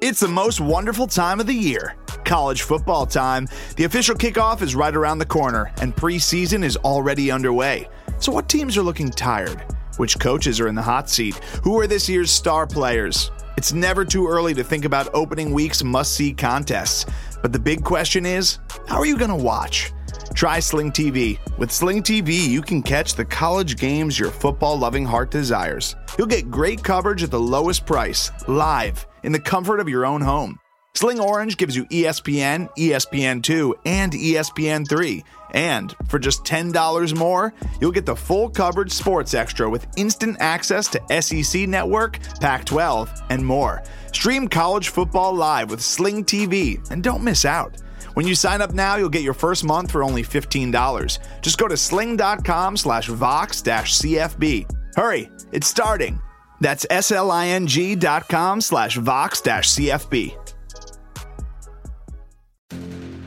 Speaker 2: It's the most wonderful time of the year. College football time. The official kickoff is right around the corner, and preseason is already underway. So, what teams are looking tired? Which coaches are in the hot seat? Who are this year's star players? It's never too early to think about opening week's must see contests. But the big question is how are you going to watch? Try Sling TV. With Sling TV, you can catch the college games your football loving heart desires. You'll get great coverage at the lowest price, live, in the comfort of your own home. Sling Orange gives you E ESPN, ESPN2, and E ESPN3. And for just $10 more, you'll get the full coverage sports extra with instant access to SEC Network, Pac 12, and more. Stream college football live with Sling TV and don't miss out. When you sign up now, you'll get your first month for only $15. Just go to sling.com slash vox dash CFB. Hurry, it's starting. That's sling dot com slash vox dash CFB.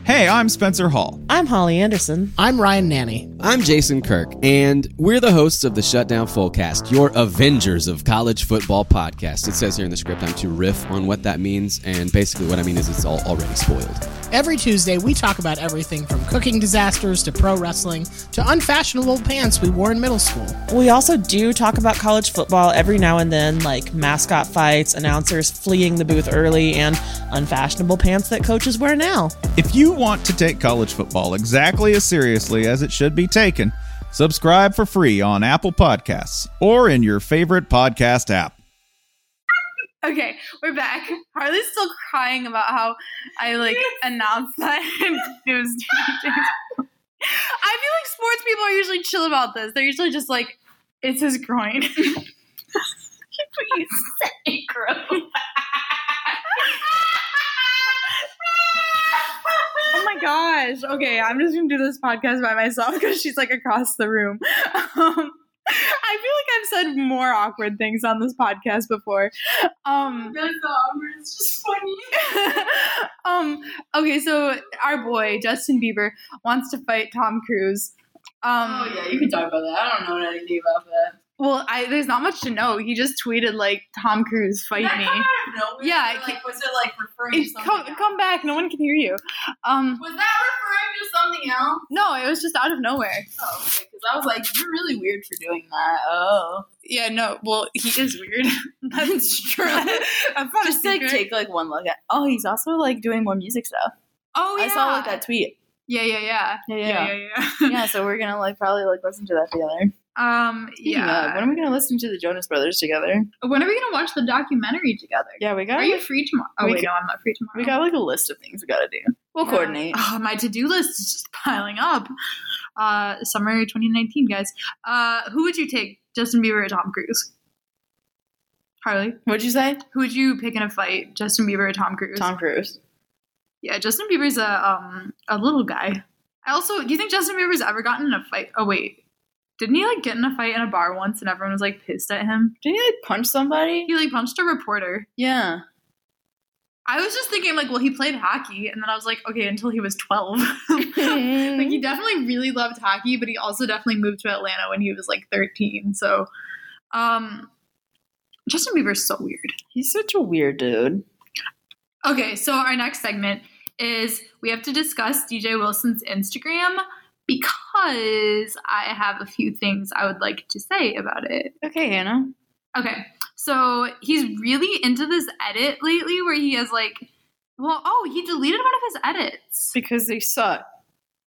Speaker 5: Hey, I'm Spencer Hall.
Speaker 6: I'm Holly Anderson.
Speaker 7: I'm Ryan Nanny.
Speaker 8: I'm Jason Kirk, and we're the hosts of the Shutdown Fullcast, your Avengers of College Football podcast. It says here in the script I'm to riff on what that means, and basically what I mean is it's all already spoiled.
Speaker 7: Every Tuesday, we talk about everything from cooking disasters to pro wrestling to unfashionable pants we wore in middle school.
Speaker 6: We also do talk about college football every now and then, like mascot fights, announcers fleeing the booth early, and unfashionable pants that coaches wear now.
Speaker 5: If you want to take college football exactly as seriously as it should be taken, subscribe for free on Apple Podcasts or in your favorite podcast app.
Speaker 4: Okay, we're back. Harley's still crying about how I like announced that it was. I feel like sports people are usually chill about this. They're usually just like, "It's his groin."
Speaker 3: Please say gross.
Speaker 4: oh my gosh. Okay, I'm just gonna do this podcast by myself because she's like across the room. Um, I feel like I've said more awkward things on this podcast before. Um,
Speaker 3: That's awkward. It's just funny.
Speaker 4: um, okay, so our boy Justin Bieber wants to fight Tom Cruise. Um,
Speaker 3: Oh yeah, you can talk about that. I don't know anything about that.
Speaker 4: Well, I, there's not much to know. He just tweeted like Tom Cruise fight
Speaker 3: That
Speaker 4: me.
Speaker 3: come out of nowhere.
Speaker 4: Yeah,
Speaker 3: Or, like was it like referring to
Speaker 4: It's,
Speaker 3: something?
Speaker 4: come,
Speaker 3: else?
Speaker 4: come back. No one can hear you. Um,
Speaker 3: Was that referring to something else?
Speaker 4: no, it was just out of nowhere.
Speaker 3: Oh, okay. Because I was like, you're really weird for doing that. Oh,
Speaker 4: Yeah, no. Well, he is weird. That's true. That's not
Speaker 3: just like take like one look at. Oh, he's also like doing more music stuff.
Speaker 4: Oh yeah.
Speaker 3: I saw like that tweet.
Speaker 4: Yeah, yeah, yeah.
Speaker 3: Yeah,
Speaker 4: Yeah,
Speaker 3: yeah,
Speaker 4: yeah,
Speaker 3: yeah.
Speaker 4: yeah.
Speaker 3: so we're gonna like probably like listen to that together.
Speaker 4: Um,
Speaker 3: Speaking of,
Speaker 4: yeah.
Speaker 3: when are we gonna listen to the Jonas Brothers together?
Speaker 4: When are we gonna watch the documentary together?
Speaker 3: Yeah, we got.
Speaker 4: Are you free tomorrow? Oh
Speaker 3: We
Speaker 4: wait,
Speaker 3: ca-
Speaker 4: no, I'm not free tomorrow.
Speaker 3: we got like a list of things we gotta do. We'll
Speaker 4: Yeah.
Speaker 3: coordinate.
Speaker 4: Oh, my to-do list is just piling up. Uh, summer 2019, guys. Uh, who would you take, Justin Bieber or Tom Cruise? Harley,
Speaker 3: What'd you say?
Speaker 4: who would you pick in a fight, Justin Bieber or Tom Cruise?
Speaker 3: Tom Cruise.
Speaker 4: Yeah, Justin Bieber's a um a little guy. I also, do you think Justin Bieber's ever gotten in a fight? Oh wait, didn't he like get in a fight in a bar once and everyone was like pissed at him?
Speaker 3: Didn't he like punch somebody?
Speaker 4: He like punched a reporter.
Speaker 3: Yeah.
Speaker 4: I was just thinking like, well, he played hockey, and then I was like, okay, until he was twelve. like he definitely really loved hockey, but he also definitely moved to Atlanta when he was like thirteen. So, um, Justin Bieber's so weird.
Speaker 3: He's such a weird dude.
Speaker 4: Okay, so our next segment is we have to discuss DJ Wilson's Instagram because I have a few things I would like to say about it.
Speaker 3: Okay, Hannah.
Speaker 4: Okay, so he's really into this edit lately where he has like, well, oh, he deleted one of his edits.
Speaker 3: Because they suck.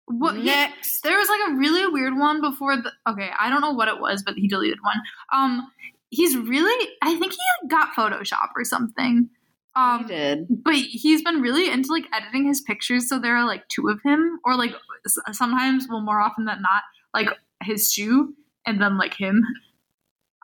Speaker 4: What? he-
Speaker 3: Next.
Speaker 4: there was like a really weird one before the. Okay, I don't know what it was, but he deleted one. Um, he's really. I think he like, got Photoshop or something. Um,
Speaker 3: he did.
Speaker 4: but he's been really into like editing his pictures so there are like two of him or like s- sometimes well more often than not like his shoe and then like him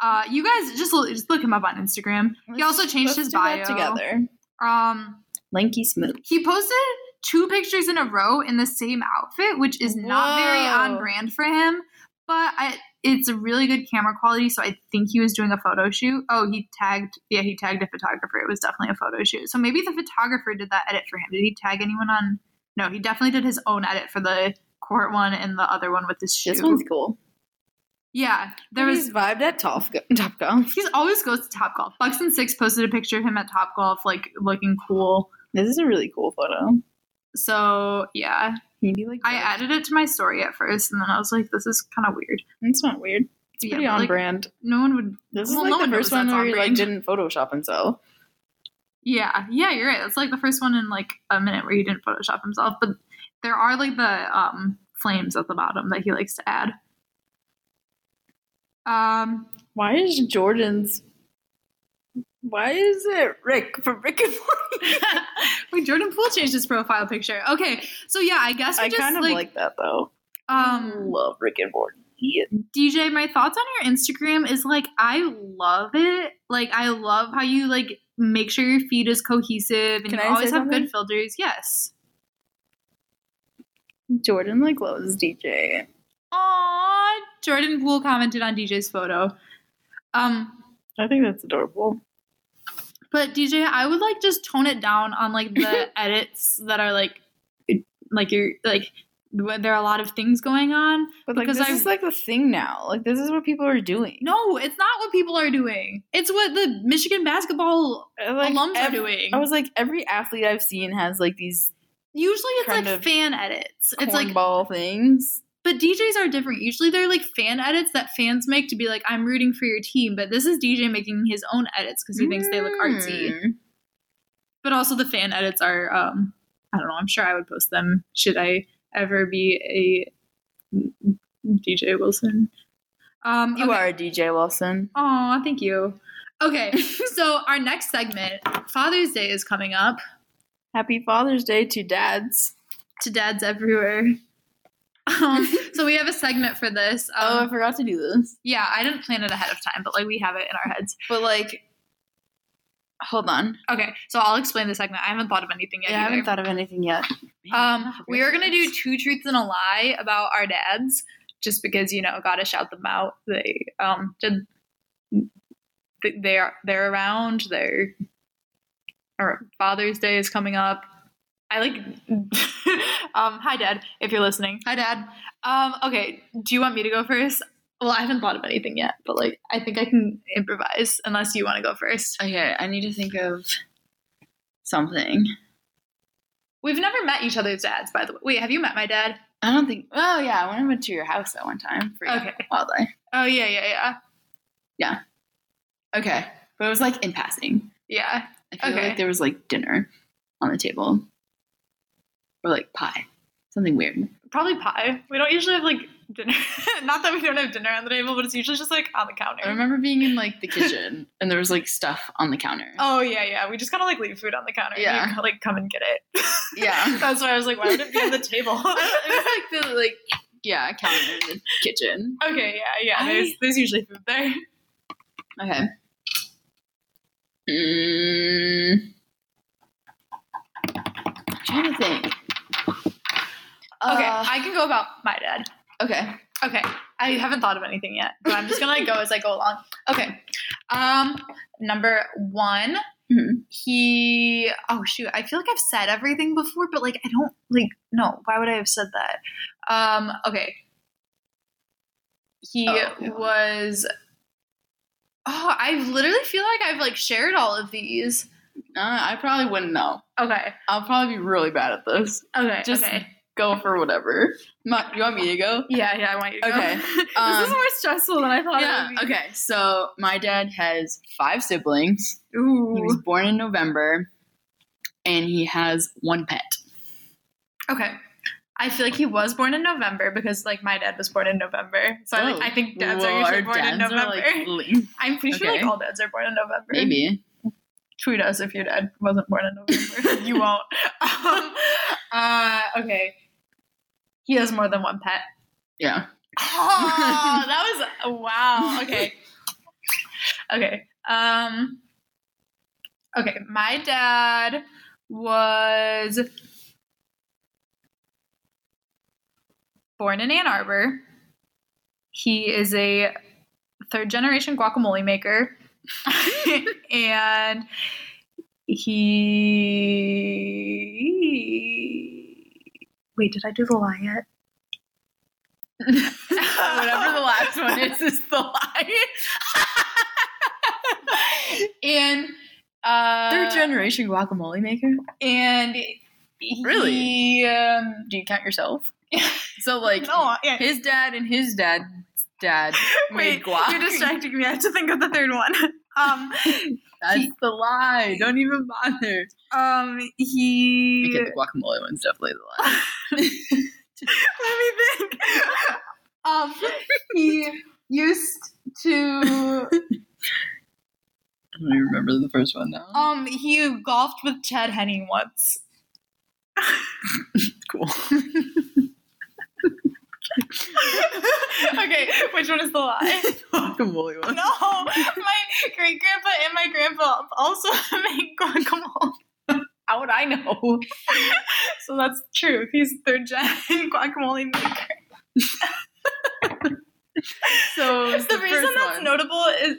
Speaker 4: uh you guys just, l- just look him up on instagram he also changed
Speaker 3: Let's
Speaker 4: his
Speaker 3: do
Speaker 4: bio
Speaker 3: that together.
Speaker 4: um
Speaker 3: Lanky smooth.
Speaker 4: he posted two pictures in a row in the same outfit which is not very on
Speaker 3: Whoa.
Speaker 4: brand for him but I, it's a really good camera quality so i think he was doing a photo shoot oh he tagged yeah he tagged a photographer it was definitely a photo shoot so maybe the photographer did that edit for him did he tag anyone on no he definitely did his own edit for the court one and the other one with his shoe
Speaker 3: This one's cool.
Speaker 4: yeah there was
Speaker 3: He's vibed at Top Top Golf.
Speaker 4: he's always goes to top golf bucks and six posted a picture of him at top golf like looking cool
Speaker 3: This is a really cool photo.
Speaker 4: so yeah
Speaker 3: He'd be like,
Speaker 4: I added it to my story at first, and then I was like, "This is kind of weird."
Speaker 3: It's not weird. It's
Speaker 4: Yeah,
Speaker 3: pretty
Speaker 4: but,
Speaker 3: on
Speaker 4: like,
Speaker 3: brand.
Speaker 4: No one would.
Speaker 3: This is
Speaker 4: well, no
Speaker 3: like
Speaker 4: one
Speaker 3: the
Speaker 4: knows
Speaker 3: first one
Speaker 4: that's
Speaker 3: where
Speaker 4: on
Speaker 3: he like
Speaker 4: brand.
Speaker 3: didn't Photoshop himself.
Speaker 4: Yeah, yeah, you're right. It's like the first one in like a minute where he didn't Photoshop himself, but there are like the um, flames at the bottom that he likes to add. Um,
Speaker 3: Why is Jordan's? Why is it Rick from Rick and Morty?
Speaker 4: wait, Jordan Poole changed his profile picture. Okay, so yeah, I guess we
Speaker 3: I
Speaker 4: just
Speaker 3: kind of
Speaker 4: like,
Speaker 3: like, that though.
Speaker 4: um
Speaker 3: love Rick and Morty. He is-
Speaker 4: DJ, my thoughts on your Instagram is like I love it. Like I love how you like make sure your feed is cohesive and
Speaker 3: Can
Speaker 4: you
Speaker 3: I
Speaker 4: always
Speaker 3: say
Speaker 4: have
Speaker 3: something?
Speaker 4: good filters. Yes.
Speaker 3: Jordan like loves DJ.
Speaker 4: Aw, Jordan Poole commented on DJ's photo. Um,
Speaker 3: I think that's adorable.
Speaker 4: But DJ, I would like just tone it down on like the edits that are like, like you're like when there are a lot of things going on.
Speaker 3: But like
Speaker 4: Because
Speaker 3: this
Speaker 4: I-
Speaker 3: is like the thing now. Like this is what people are doing.
Speaker 4: No, it's not what people are doing. It's what the Michigan basketball
Speaker 3: like,
Speaker 4: alums
Speaker 3: ev-
Speaker 4: are doing.
Speaker 3: I was like, every athlete I've seen has like these
Speaker 4: Usually, it's
Speaker 3: kind
Speaker 4: like
Speaker 3: of
Speaker 4: fan edits. It's like
Speaker 3: cornball things.
Speaker 4: But DJs are different. Usually they're like fan edits that fans make to be like, I'm rooting for your team. But this is DJ making his own edits because he thinks they look artsy.
Speaker 3: Mm.
Speaker 4: But also the fan edits are, um, I don't know, I'm sure I would post them should I ever be a DJ Wilson. Um,
Speaker 3: You are a DJ Wilson.
Speaker 4: Oh, thank you. Okay, so our next segment, Father's Day is coming up
Speaker 3: Happy Father's Day to dads.
Speaker 4: to dads everywhere. Um, so we have a segment for this.
Speaker 3: Oh,
Speaker 4: Um,
Speaker 3: I forgot to do this.
Speaker 4: Yeah, I didn't plan it ahead of time, but like we have it in our heads.
Speaker 3: But like, hold on.
Speaker 4: Okay, so I'll explain the segment. I haven't thought of anything yet.
Speaker 3: Yeah, I
Speaker 4: either.
Speaker 3: haven't thought of anything yet.
Speaker 4: Um, we are gonna do two truths and a lie about our dads, just because you know, gotta shout them out. They um, did, they- they are they're around. They're or Father's Day is coming up. I like. um, hi, Dad, if you're listening. Hi, Dad. Um, okay, do you want me to go first? Well, I haven't thought of anything yet, but like, I think I can improvise unless you want to go first.
Speaker 3: Okay, I need to think of something.
Speaker 4: We've never met each other's dads, by the way. Wait, have you met my dad?
Speaker 3: I don't think. Oh yeah, when I went to your house that one time for
Speaker 4: Okay.
Speaker 3: wildlife.
Speaker 4: Oh yeah, yeah, yeah,
Speaker 3: Okay, but it was like in passing.
Speaker 4: yeah.
Speaker 3: I feel
Speaker 4: Okay.
Speaker 3: like there was like dinner on the table, or like pie, something weird.
Speaker 4: Probably pie. We don't usually have like dinner. Not that we don't have dinner on the table, but it's usually just like on the counter.
Speaker 3: I remember being in like the kitchen and there was like stuff on the counter.
Speaker 4: Oh yeah, yeah. We just kind of like leave food on the counter.
Speaker 3: Yeah.
Speaker 4: You, like come and get it.
Speaker 3: Yeah.
Speaker 4: That's why I was like, why would it be on the table?
Speaker 3: it was like the like yeah counter in the kitchen.
Speaker 4: okay, yeah, yeah.
Speaker 3: I-
Speaker 4: There's there's usually food there.
Speaker 3: Okay. Mm. I'm trying to think. Okay.
Speaker 4: Okay,
Speaker 3: Uh.
Speaker 4: I can go about my dad.
Speaker 3: okay.
Speaker 4: Okay. I haven't thought of anything yet, but I'm just gonna like, go as I go along. Okay. Um, number one,
Speaker 3: Mhm.
Speaker 4: he. Oh shoot, I feel like I've said everything before, but like I don't like. No, why would I have said that? Um. Okay. He
Speaker 3: Oh, yeah.
Speaker 4: was. Oh, I literally feel like I've like shared all of these.
Speaker 3: Uh, I probably wouldn't know.
Speaker 4: Okay.
Speaker 3: I'll probably be really bad at this.
Speaker 4: Okay.
Speaker 3: Just
Speaker 4: okay.
Speaker 3: go for whatever. Ma- you want me to go?
Speaker 4: Yeah. Yeah. I want you. To go.
Speaker 3: Okay,
Speaker 4: this
Speaker 3: um,
Speaker 4: is more stressful than I thought.
Speaker 3: Yeah.
Speaker 4: It would be.
Speaker 3: Okay. So my dad has five siblings. He was
Speaker 4: Ooh.
Speaker 3: born in November, and he has one pet.
Speaker 4: Okay. I feel like he was born in November because like my dad was born in November. So I, like, I think dads
Speaker 3: Whoa,
Speaker 4: are usually
Speaker 3: Oh, our
Speaker 4: born in
Speaker 3: dads are,
Speaker 4: November.
Speaker 3: like, linked.
Speaker 4: I'm pretty sure like
Speaker 3: okay.
Speaker 4: all dads are born in November.
Speaker 3: Maybe.
Speaker 4: Tweet us if your dad wasn't born in November. you won't. Um, uh, okay. He has more than one pet.
Speaker 3: Yeah.
Speaker 4: Oh, that was wow. Okay. Okay. Um Okay, my dad was born in Ann Arbor. He is a third generation guacamole maker. and he Wait, did I do the lie yet?
Speaker 3: Whatever the last one is, is the lie.
Speaker 4: and uh,
Speaker 3: Third generation guacamole maker.
Speaker 4: and
Speaker 3: Really?
Speaker 4: he, um,
Speaker 3: Do you count yourself? so like
Speaker 4: no, yeah.
Speaker 3: his dad and his dad's dad made
Speaker 4: Wait,
Speaker 3: guac.
Speaker 4: you're distracting me. I have to think of the third one. Um,
Speaker 3: That's the lie. Don't even bother.
Speaker 4: um, he.
Speaker 3: Okay, the guacamole one's definitely the lie.
Speaker 4: Let me think. Um, he used to.
Speaker 3: I don't even remember the first one now.
Speaker 4: Um, he golfed with Chad Henning once.
Speaker 3: cool.
Speaker 4: okay, which one is the lie?
Speaker 3: guacamole one.
Speaker 4: No, my great grandpa and my grandpa also make guacamole. How would I know? so that's true. He's third gen guacamole maker.
Speaker 3: So it was
Speaker 4: The, reason
Speaker 3: first
Speaker 4: that's
Speaker 3: one.
Speaker 4: notable is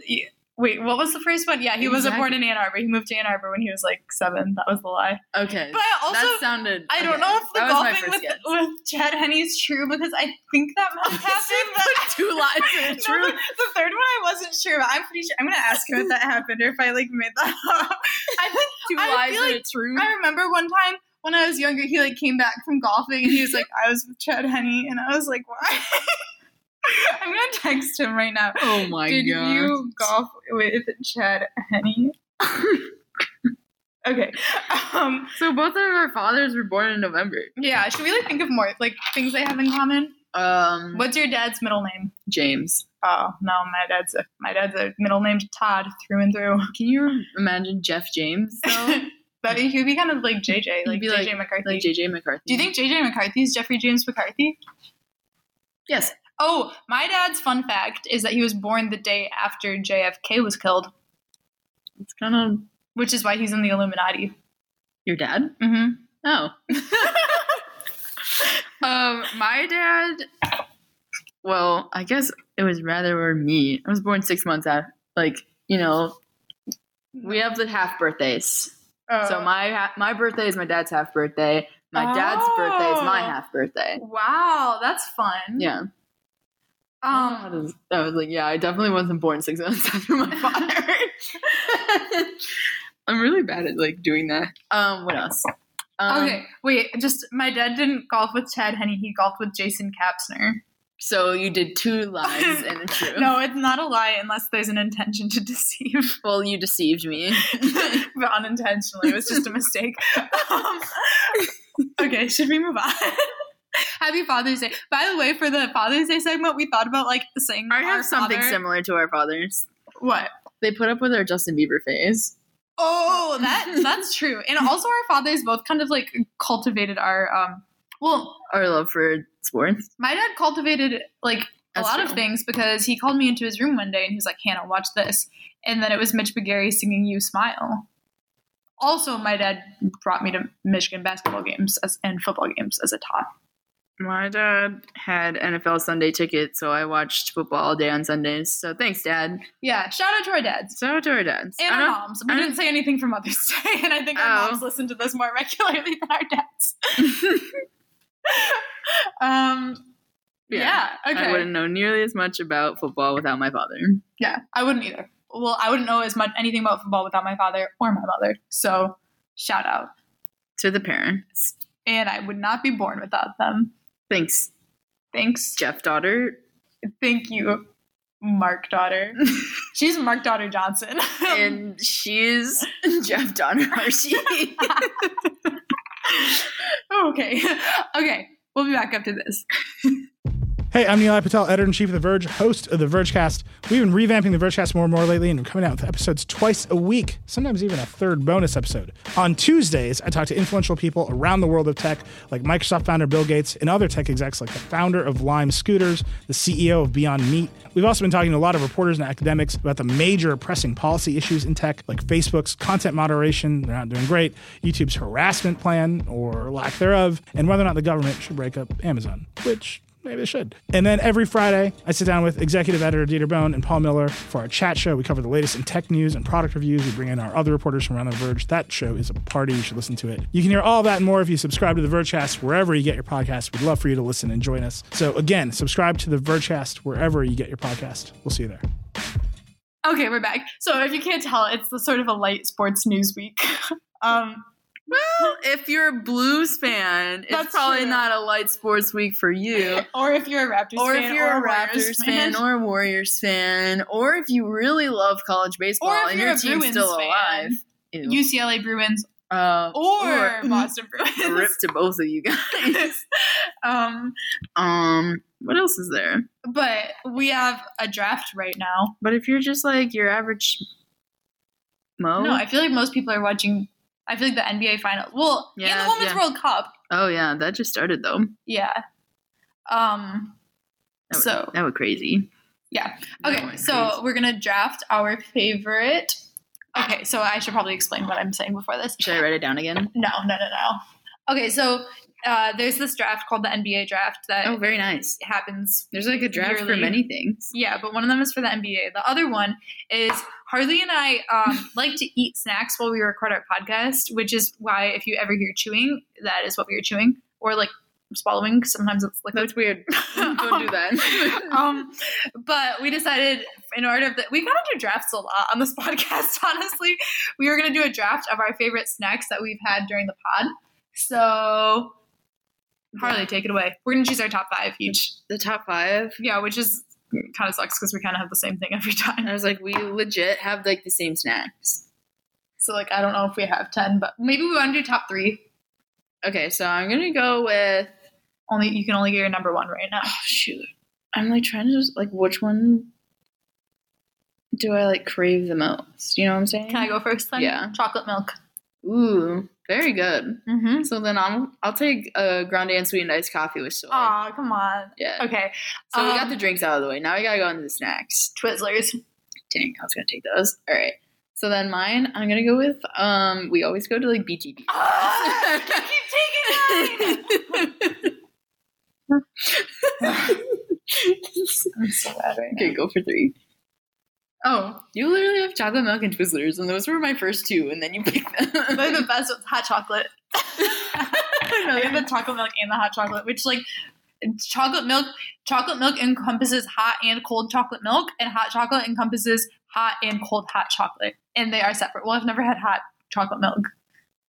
Speaker 4: Wait, what was the first one? Yeah, he wasn't born in Ann Arbor. He moved to Ann Arbor when he was like seven. That was the lie.
Speaker 3: Okay.
Speaker 4: But I also-
Speaker 3: that sounded.
Speaker 4: I don't
Speaker 3: okay.
Speaker 4: know if the
Speaker 3: That was my
Speaker 4: golfing
Speaker 3: first
Speaker 4: with,
Speaker 3: guess.
Speaker 4: with Chad Henney is true because I think that might have happened. But
Speaker 3: Two lies and a
Speaker 4: No,
Speaker 3: truth.
Speaker 4: the, the third one I wasn't sure about. I'm pretty sure. I'm gonna ask him if that happened or if I like made that up. I,
Speaker 3: Two
Speaker 4: I
Speaker 3: lies
Speaker 4: feel
Speaker 3: and
Speaker 4: like-
Speaker 3: a truth.
Speaker 4: I remember one time when I was younger, he like came back from golfing and he was like, "I was with Chad Henney," and I was like, "Why?" I'm gonna text him right now.
Speaker 3: Oh my
Speaker 4: Did
Speaker 3: god.
Speaker 4: you golf with Chad Henney? okay. Um.
Speaker 3: so both of our fathers were born in November.
Speaker 4: Yeah. Should we like think of more like things they have in common?
Speaker 3: Um,
Speaker 4: What's your dad's middle name?
Speaker 3: James?
Speaker 4: Oh no, my dad's a, my dad's a middle name Todd through and through.
Speaker 3: Can you imagine Jeff James though?
Speaker 4: But he would be kind of like JJ, like
Speaker 3: be
Speaker 4: JJ
Speaker 3: like-
Speaker 4: McCarthy.
Speaker 3: like JJ McCarthy.
Speaker 4: Do you think JJ McCarthy is Jeffrey James McCarthy?
Speaker 3: Yes.
Speaker 4: Oh, my dad's fun fact is that he was born the day after JFK was killed,
Speaker 3: It's kind of
Speaker 4: which is why he's in the Illuminati.
Speaker 3: your dad.
Speaker 4: hmm
Speaker 3: Oh. um, my dad. Well, I guess it was rather or me. I was born six months out. Like you know, we have the half birthdays.
Speaker 4: Uh,
Speaker 3: so my ha- my birthday is my dad's half birthday. My dad's birthday is my
Speaker 4: Oh.
Speaker 3: half birthday.
Speaker 4: wow, that's fun.
Speaker 3: Yeah. I
Speaker 4: Um,
Speaker 3: was- I was like, yeah, I definitely wasn't born six months after my father. I'm really bad at like doing that. Um, what else? Um,
Speaker 4: okay, wait. Just my dad didn't golf with Chad Henney. He golfed with Jason Kapsner.
Speaker 3: So you did two lies and a truth.
Speaker 4: No, it's not a lie unless there's an intention to deceive,
Speaker 3: Well, you deceived me.
Speaker 4: but unintentionally, it was just a mistake. Um, okay, should we move on? Happy Father's Day. By the way, for the Father's Day segment, we thought about like saying
Speaker 3: I
Speaker 4: our
Speaker 3: have something
Speaker 4: father-
Speaker 3: similar to our fathers.
Speaker 4: What?
Speaker 3: They put up with our Justin Bieber phase.
Speaker 4: Oh, that that's true. And also, our fathers both kind of like cultivated our. um Well,
Speaker 3: Our love for sports.
Speaker 4: my dad cultivated like a
Speaker 3: That's
Speaker 4: lot of
Speaker 3: true.
Speaker 4: things because he called me into his room one day and he was like, "Hannah, watch this," and then it was Mitch Bergeri singing "You Smile." Also, my dad brought me to Michigan basketball games as, and football games as a tot.
Speaker 3: My dad had NFL Sunday ticket, so I watched football all day on Sundays. So thanks, Dad.
Speaker 4: Yeah, shout out to our dads.
Speaker 3: So to our dads.
Speaker 4: And
Speaker 3: I
Speaker 4: our
Speaker 3: don't-
Speaker 4: moms. We
Speaker 3: I
Speaker 4: didn't
Speaker 3: don't-
Speaker 4: say anything for Mother's Day, and I think our
Speaker 3: Oh.
Speaker 4: moms listen to this more regularly than our dads. um, yeah. okay.
Speaker 3: I wouldn't know nearly as much about football without my father.
Speaker 4: yeah, I wouldn't either. Well, I wouldn't know as much anything about football without my father or my mother. So, shout out.
Speaker 3: To the parents.
Speaker 4: And I would not be born without them.
Speaker 3: Thanks,
Speaker 4: Thanks.
Speaker 3: Jeff daughter.
Speaker 4: Thank you, Mark Daughter. She's Mark Daughter Johnson.
Speaker 3: And she's Um, Jeff daughter Hershey.
Speaker 4: okay. Okay. We'll be back up to this.
Speaker 9: Hey, I'm Neil Patel, editor in chief of The Verge, host of The Vergecast. We've been revamping The Vergecast more and more lately, and we're coming out with episodes twice a week, sometimes even a third bonus episode. On Tuesdays, I talk to influential people around the world of tech, like Microsoft founder Bill Gates and other tech execs, like the founder of Lime Scooters, the CEO of Beyond Meat. We've also been talking to a lot of reporters and academics about the major pressing policy issues in tech, like Facebook's content moderation, they're not doing great, YouTube's harassment plan or lack thereof, and whether or not the government should break up Amazon, which Maybe I should. And then every Friday, I sit down with executive editor Dieter Bone and Paul Miller for our chat show. We cover the latest in tech news and product reviews. We bring in our other reporters from around The Verge. That show is a party. You should listen to it. You can hear all that and more if you subscribe to The Vergecast wherever you get your podcast. We'd love for you to listen and join us. So, again, subscribe to The Vergecast wherever you get your podcast. We'll see you there.
Speaker 4: Okay, we're back. So if you can't tell, it's the sort of a light sports news week. um,
Speaker 3: well, if you're a Blues fan, it's
Speaker 4: That's
Speaker 3: probably
Speaker 4: true.
Speaker 3: not a light sports week for you.
Speaker 4: or if you're a Raptors
Speaker 3: Or
Speaker 4: fan,
Speaker 3: if you're a
Speaker 4: Warriors
Speaker 3: Raptors fan or a Warriors fan, or if you really love college baseball
Speaker 4: Or if
Speaker 3: and
Speaker 4: you're
Speaker 3: your
Speaker 4: a
Speaker 3: team's
Speaker 4: Bruins
Speaker 3: still
Speaker 4: fan.
Speaker 3: alive. Ew.
Speaker 4: UCLA Bruins
Speaker 3: Uh,
Speaker 4: or,
Speaker 3: or-
Speaker 4: Boston Bruins.
Speaker 3: rip to both of you guys.
Speaker 4: um,
Speaker 3: um, what else is there?
Speaker 4: but we have a draft right now.
Speaker 3: But if you're just like your average Mo,
Speaker 4: No, I feel like most people are watching. I feel like the NBA finals. Well, and
Speaker 3: Yeah,
Speaker 4: the Women's
Speaker 3: yeah.
Speaker 4: World Cup.
Speaker 3: oh yeah, that just started though.
Speaker 4: Yeah. Um.
Speaker 3: That was,
Speaker 4: So
Speaker 3: that was crazy.
Speaker 4: yeah.
Speaker 3: That
Speaker 4: Okay.
Speaker 3: went
Speaker 4: So
Speaker 3: crazy.
Speaker 4: we're gonna draft our favorite. Okay. So I should probably explain what I'm saying before this.
Speaker 3: should I write it down again?
Speaker 4: No, no, no, no. Okay, so uh, there's this draft called the NBA draft that
Speaker 3: Oh, very nice.
Speaker 4: happens.
Speaker 3: There's like a draft for
Speaker 4: Yearly.
Speaker 3: many things.
Speaker 4: Yeah, but one of them is for the NBA. The other one is Harley and I um, like to eat snacks while we record our podcast, which is why if you ever hear chewing, that is what we are chewing or like swallowing. 'cause Sometimes it's liquid.
Speaker 3: That's weird. Don't do that.
Speaker 4: um, but we decided in order of the, we gotta do drafts a lot on this podcast. Honestly, we were gonna do a draft of our favorite snacks that we've had during the pod. So, Harley, take it away. We're gonna choose our top five each.
Speaker 3: the top five.
Speaker 4: Yeah, which is kind of sucks because we kind of have the same thing every
Speaker 3: I
Speaker 4: time.
Speaker 3: was like, we legit have like the same snacks.
Speaker 4: So like, I don't know if we have ten, but maybe we want to do top three.
Speaker 3: Okay, so I'm gonna go with
Speaker 4: Only you can only get your number one right now.
Speaker 3: oh shoot. I'm like trying to just like which one do I like crave the most? You know what I'm saying?
Speaker 4: Can I go first then?
Speaker 3: Yeah.
Speaker 4: Chocolate milk.
Speaker 3: Ooh, very good.
Speaker 4: Mm-hmm.
Speaker 3: So then I'll I'll take a grande and sweetened iced coffee with soy.
Speaker 4: Aw, come on.
Speaker 3: Yeah.
Speaker 4: Okay.
Speaker 3: So we got
Speaker 4: um,
Speaker 3: the drinks out of the way. Now we gotta go into the snacks.
Speaker 4: Twizzlers.
Speaker 3: Dang, I was gonna take those. All right. So then mine, I'm gonna go with um. We always go to like BTB.
Speaker 4: Ah, you keep taking mine.
Speaker 3: I'm so bad right now. Okay, go for three.
Speaker 4: Oh,
Speaker 3: You literally have chocolate milk and Twizzlers, and those were my first two, and then you picked them.
Speaker 4: they're the best with hot chocolate. I have the chocolate milk and the hot chocolate, which like chocolate milk, chocolate milk encompasses hot and cold chocolate milk, and hot chocolate encompasses hot and cold hot chocolate, and they are separate. Well, I've never had hot chocolate milk,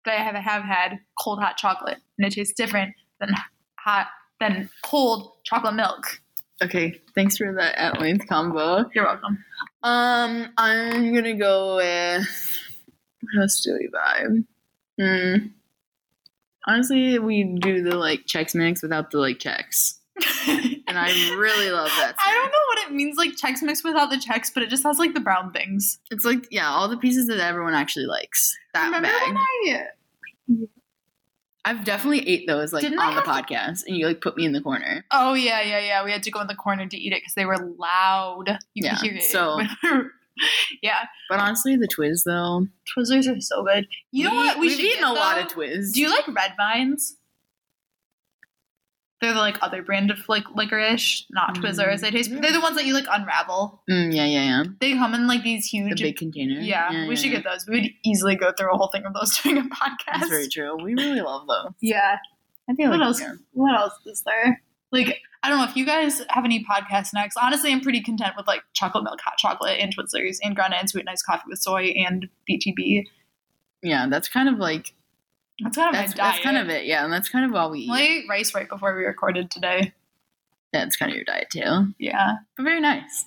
Speaker 4: but I have have had cold hot chocolate, and it tastes different than hot than cold chocolate milk.
Speaker 3: okay, thanks for that at length combo.
Speaker 4: You're welcome.
Speaker 3: Um, I'm gonna go with what else do we buy? Hmm. Honestly, we do the like Chex Mix without the like checks, and I really love that.
Speaker 4: I don't
Speaker 3: snack.
Speaker 4: know what it means, like Chex Mix without the Chex, but it just has like the brown things.
Speaker 3: It's like yeah, all the pieces that everyone actually likes. That
Speaker 4: Remember
Speaker 3: bag.
Speaker 4: when I
Speaker 3: I've definitely ate those like
Speaker 4: Didn't I
Speaker 3: on the
Speaker 4: have
Speaker 3: podcast, and you like put me in the corner.
Speaker 4: Oh yeah, yeah, yeah. We had to go in the corner to eat it because they were loud. You
Speaker 3: Yeah,
Speaker 4: could hear it.
Speaker 3: so-
Speaker 4: yeah,
Speaker 3: But honestly, the Twiz though,
Speaker 4: Twizzlers are so good. You know
Speaker 3: we-
Speaker 4: what? We
Speaker 3: we've
Speaker 4: should
Speaker 3: eaten
Speaker 4: get,
Speaker 3: a lot
Speaker 4: though?
Speaker 3: of Twiz.
Speaker 4: Do you like red vines? They're the like other brand of like licorice, not
Speaker 3: Mm.
Speaker 4: Twizzlers. They taste. They're the ones that you like unravel.
Speaker 3: Mm, yeah, yeah, yeah.
Speaker 4: They come in like these
Speaker 3: The
Speaker 4: huge.
Speaker 3: big container.
Speaker 4: yeah, we should get those. We would easily go through a whole thing of those during a podcast.
Speaker 3: That's very true. We really love those.
Speaker 4: Yeah.
Speaker 3: I feel
Speaker 4: What
Speaker 3: like-
Speaker 4: else?
Speaker 3: yeah.
Speaker 4: What else is there? Like, I don't know if you guys have any podcast snacks. Honestly, I'm pretty content with like chocolate milk, hot chocolate, and Twizzlers, and grana and sweetened iced coffee with soy and BTB.
Speaker 3: Yeah, that's kind of like
Speaker 4: That's kind of
Speaker 3: that's
Speaker 4: my diet.
Speaker 3: that's kind of it. Yeah, and that's kind of all we eat.
Speaker 4: Well, I ate rice right before we recorded today.
Speaker 3: that's kind of your diet too.
Speaker 4: Yeah.
Speaker 3: But very nice.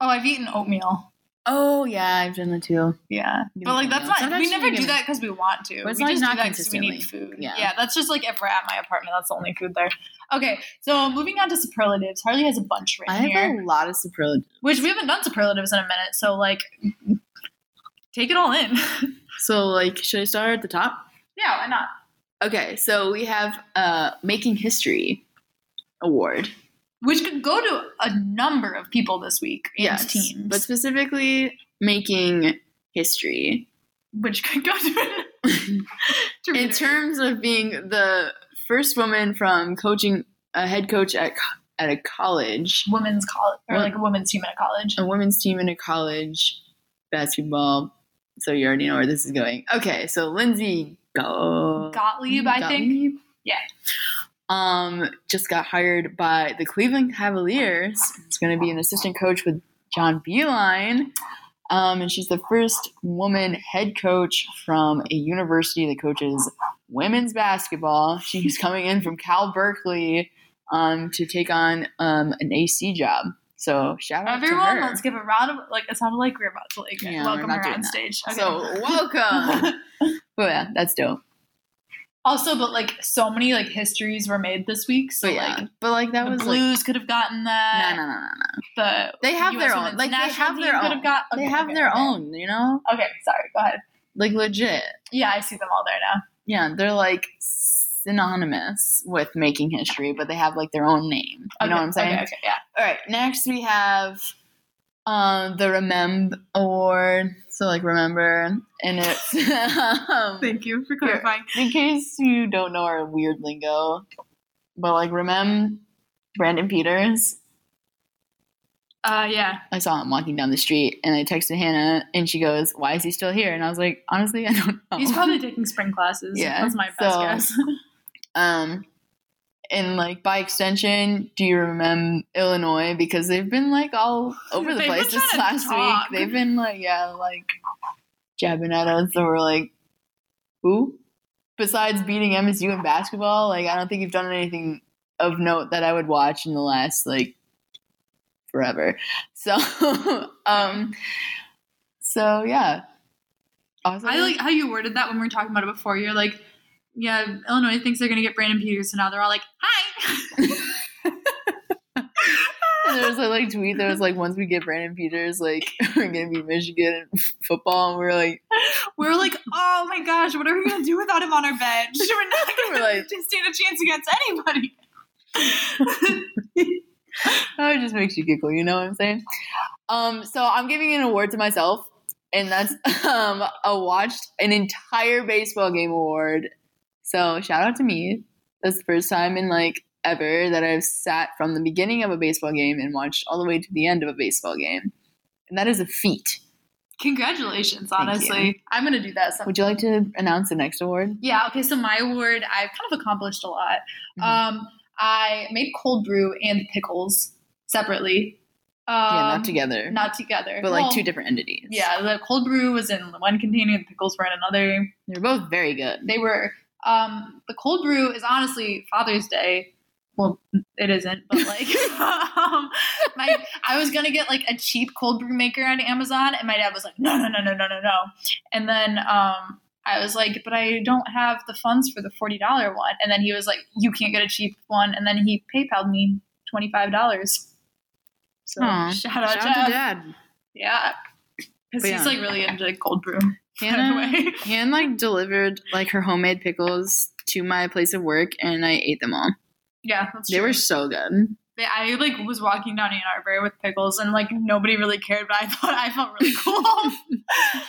Speaker 4: Oh, I've eaten oatmeal.
Speaker 3: Oh yeah, I've done the two.
Speaker 4: Yeah,
Speaker 3: You
Speaker 4: but
Speaker 3: eat
Speaker 4: like that's
Speaker 3: oatmeal.
Speaker 4: not.
Speaker 3: Sometimes
Speaker 4: we
Speaker 3: you
Speaker 4: never
Speaker 3: can-
Speaker 4: do that because we want to.
Speaker 3: But it's
Speaker 4: we
Speaker 3: not-
Speaker 4: just
Speaker 3: not
Speaker 4: do that because we need
Speaker 3: consistently.
Speaker 4: food.
Speaker 3: Yeah.
Speaker 4: that's just like if we're at my apartment, that's the only food there. Okay, so moving on to superlatives. Harley has a bunch
Speaker 3: I
Speaker 4: written
Speaker 3: have
Speaker 4: here.
Speaker 3: a lot of superlatives.
Speaker 4: which we haven't done superlatives in a minute so like take it all in
Speaker 3: So like, should I start at the top?
Speaker 4: yeah why not
Speaker 3: Okay, so we have uh making history award.
Speaker 4: which could go to a number of people this week and teams
Speaker 3: but specifically making history
Speaker 4: which could go to, to
Speaker 3: in
Speaker 4: reiterate.
Speaker 3: terms of being the first woman from coaching a head coach at co- at a college,
Speaker 4: women's college or like a women's team at a college
Speaker 3: a women's team in a college basketball. So you already know where this is going. Okay, so Lindsay Go-
Speaker 4: gottlieb i think
Speaker 3: Gottlieb?
Speaker 4: Yeah.
Speaker 3: Um, just got hired by the Cleveland Cavaliers. It's going to be an assistant coach with John Beeline. Um, and she's the first woman head coach from a university that coaches women's basketball. She's coming in from Cal Berkeley um, to take on um, an AC job. So shout out
Speaker 4: everyone
Speaker 3: to her.
Speaker 4: let's give a round of like it sounded like we were about to like
Speaker 3: Yeah,
Speaker 4: welcome
Speaker 3: we're
Speaker 4: her
Speaker 3: not doing
Speaker 4: on
Speaker 3: that.
Speaker 4: stage
Speaker 3: So welcome. oh yeah, that's dope.
Speaker 4: also but like so many like histories were made this week so
Speaker 3: But Oh, yeah,
Speaker 4: like
Speaker 3: but like that
Speaker 4: the
Speaker 3: was like
Speaker 4: blues could have gotten that
Speaker 3: no, no, no, no, no.
Speaker 4: the
Speaker 3: They have
Speaker 4: US
Speaker 3: their own.
Speaker 4: women's
Speaker 3: Like they
Speaker 4: national
Speaker 3: have
Speaker 4: team
Speaker 3: their
Speaker 4: could
Speaker 3: own.
Speaker 4: have got-
Speaker 3: they
Speaker 4: okay,
Speaker 3: have
Speaker 4: okay,
Speaker 3: their
Speaker 4: okay.
Speaker 3: own. You know,
Speaker 4: Okay, sorry. Go ahead.
Speaker 3: like legit.
Speaker 4: Yeah, I see them all there now.
Speaker 3: Yeah, they're like synonymous with making history, but they have like their own name. You know what I'm saying?
Speaker 4: Okay, okay, yeah.
Speaker 3: All right. Next we have uh, the Rememb Award. So like remember, and it's um,
Speaker 4: Thank you for clarifying.
Speaker 3: in case you don't know our weird lingo, but like remember Brandon Peters.
Speaker 4: Uh, yeah.
Speaker 3: I saw him walking down the street, and I texted Hannah, and she goes, "Why is he still here?" And I was like, "Honestly, I don't know."
Speaker 4: He's probably taking spring classes.
Speaker 3: Oh. Yeah,
Speaker 4: That's my best
Speaker 3: so-
Speaker 4: guess.
Speaker 3: um, and like by extension, do you remember Illinois? Because they've been like all over the
Speaker 4: They've
Speaker 3: place
Speaker 4: been
Speaker 3: this
Speaker 4: trying to
Speaker 3: last
Speaker 4: talk.
Speaker 3: week. They've been like, yeah, like jabbing at us. So we're like, who? Besides beating MSU in basketball, like I don't think you've done anything of note that I would watch in the last like forever. So, um, so yeah. Also,
Speaker 4: I like how you worded that when we were talking about it before. You're like, yeah, Illinois thinks they're going to get Brandon Peters, so now they're all like, hi.
Speaker 3: And there was a like tweet that was like, once we get Brandon Peters, like we're gonna be Michigan in football, and we are like,
Speaker 4: We're like, oh my gosh, what are we going to do without him on our bench? We're not going
Speaker 3: We're like-
Speaker 4: to stand a chance against anybody.
Speaker 3: oh, it just makes you giggle, you know what I'm saying? Um, so I'm giving an award to myself, and that's um a watched an entire baseball game award. So shout out to me. That's the first time in like ever that I've sat from the beginning of a baseball game and watched all the way to the end of a baseball game, and that is a feat.
Speaker 4: Congratulations,
Speaker 3: you.
Speaker 4: honestly. I'm going to do that sometime.
Speaker 3: Would you like to announce the next award?
Speaker 4: Yeah, okay, so my award, I've kind of accomplished a lot.
Speaker 3: Mm-hmm.
Speaker 4: Um, I made cold brew and pickles separately. Um,
Speaker 3: yeah, not together,
Speaker 4: Not together.
Speaker 3: but like
Speaker 4: Well,
Speaker 3: two different entities.
Speaker 4: Yeah, the cold brew was in one container, the pickles were in another.
Speaker 3: They're both very good.
Speaker 4: They were um the cold brew is honestly Father's Day. Well, it isn't, but like um, my I was gonna get like a cheap cold brew maker on Amazon, and my dad was like, no, no, no, no, no, no, no. And then um I was like, but I don't have the funds for the forty dollar one. And then he was like, you can't get a cheap one. And then he PayPal me twenty five dollars. So
Speaker 3: Aw.
Speaker 4: shout out,
Speaker 3: Shout
Speaker 4: Jeff.
Speaker 3: out to Dad.
Speaker 4: Yeah, because
Speaker 3: But
Speaker 4: he's
Speaker 3: yeah.
Speaker 4: like really into cold brew. by the
Speaker 3: Hannah,
Speaker 4: way.
Speaker 3: Hannah like delivered like her homemade pickles to my place of work, and I ate them all.
Speaker 4: Yeah, that's
Speaker 3: They
Speaker 4: true.
Speaker 3: were so good.
Speaker 4: They- I like was walking down Ann Arbor with pickles, and like nobody really cared, but I thought I felt really cool.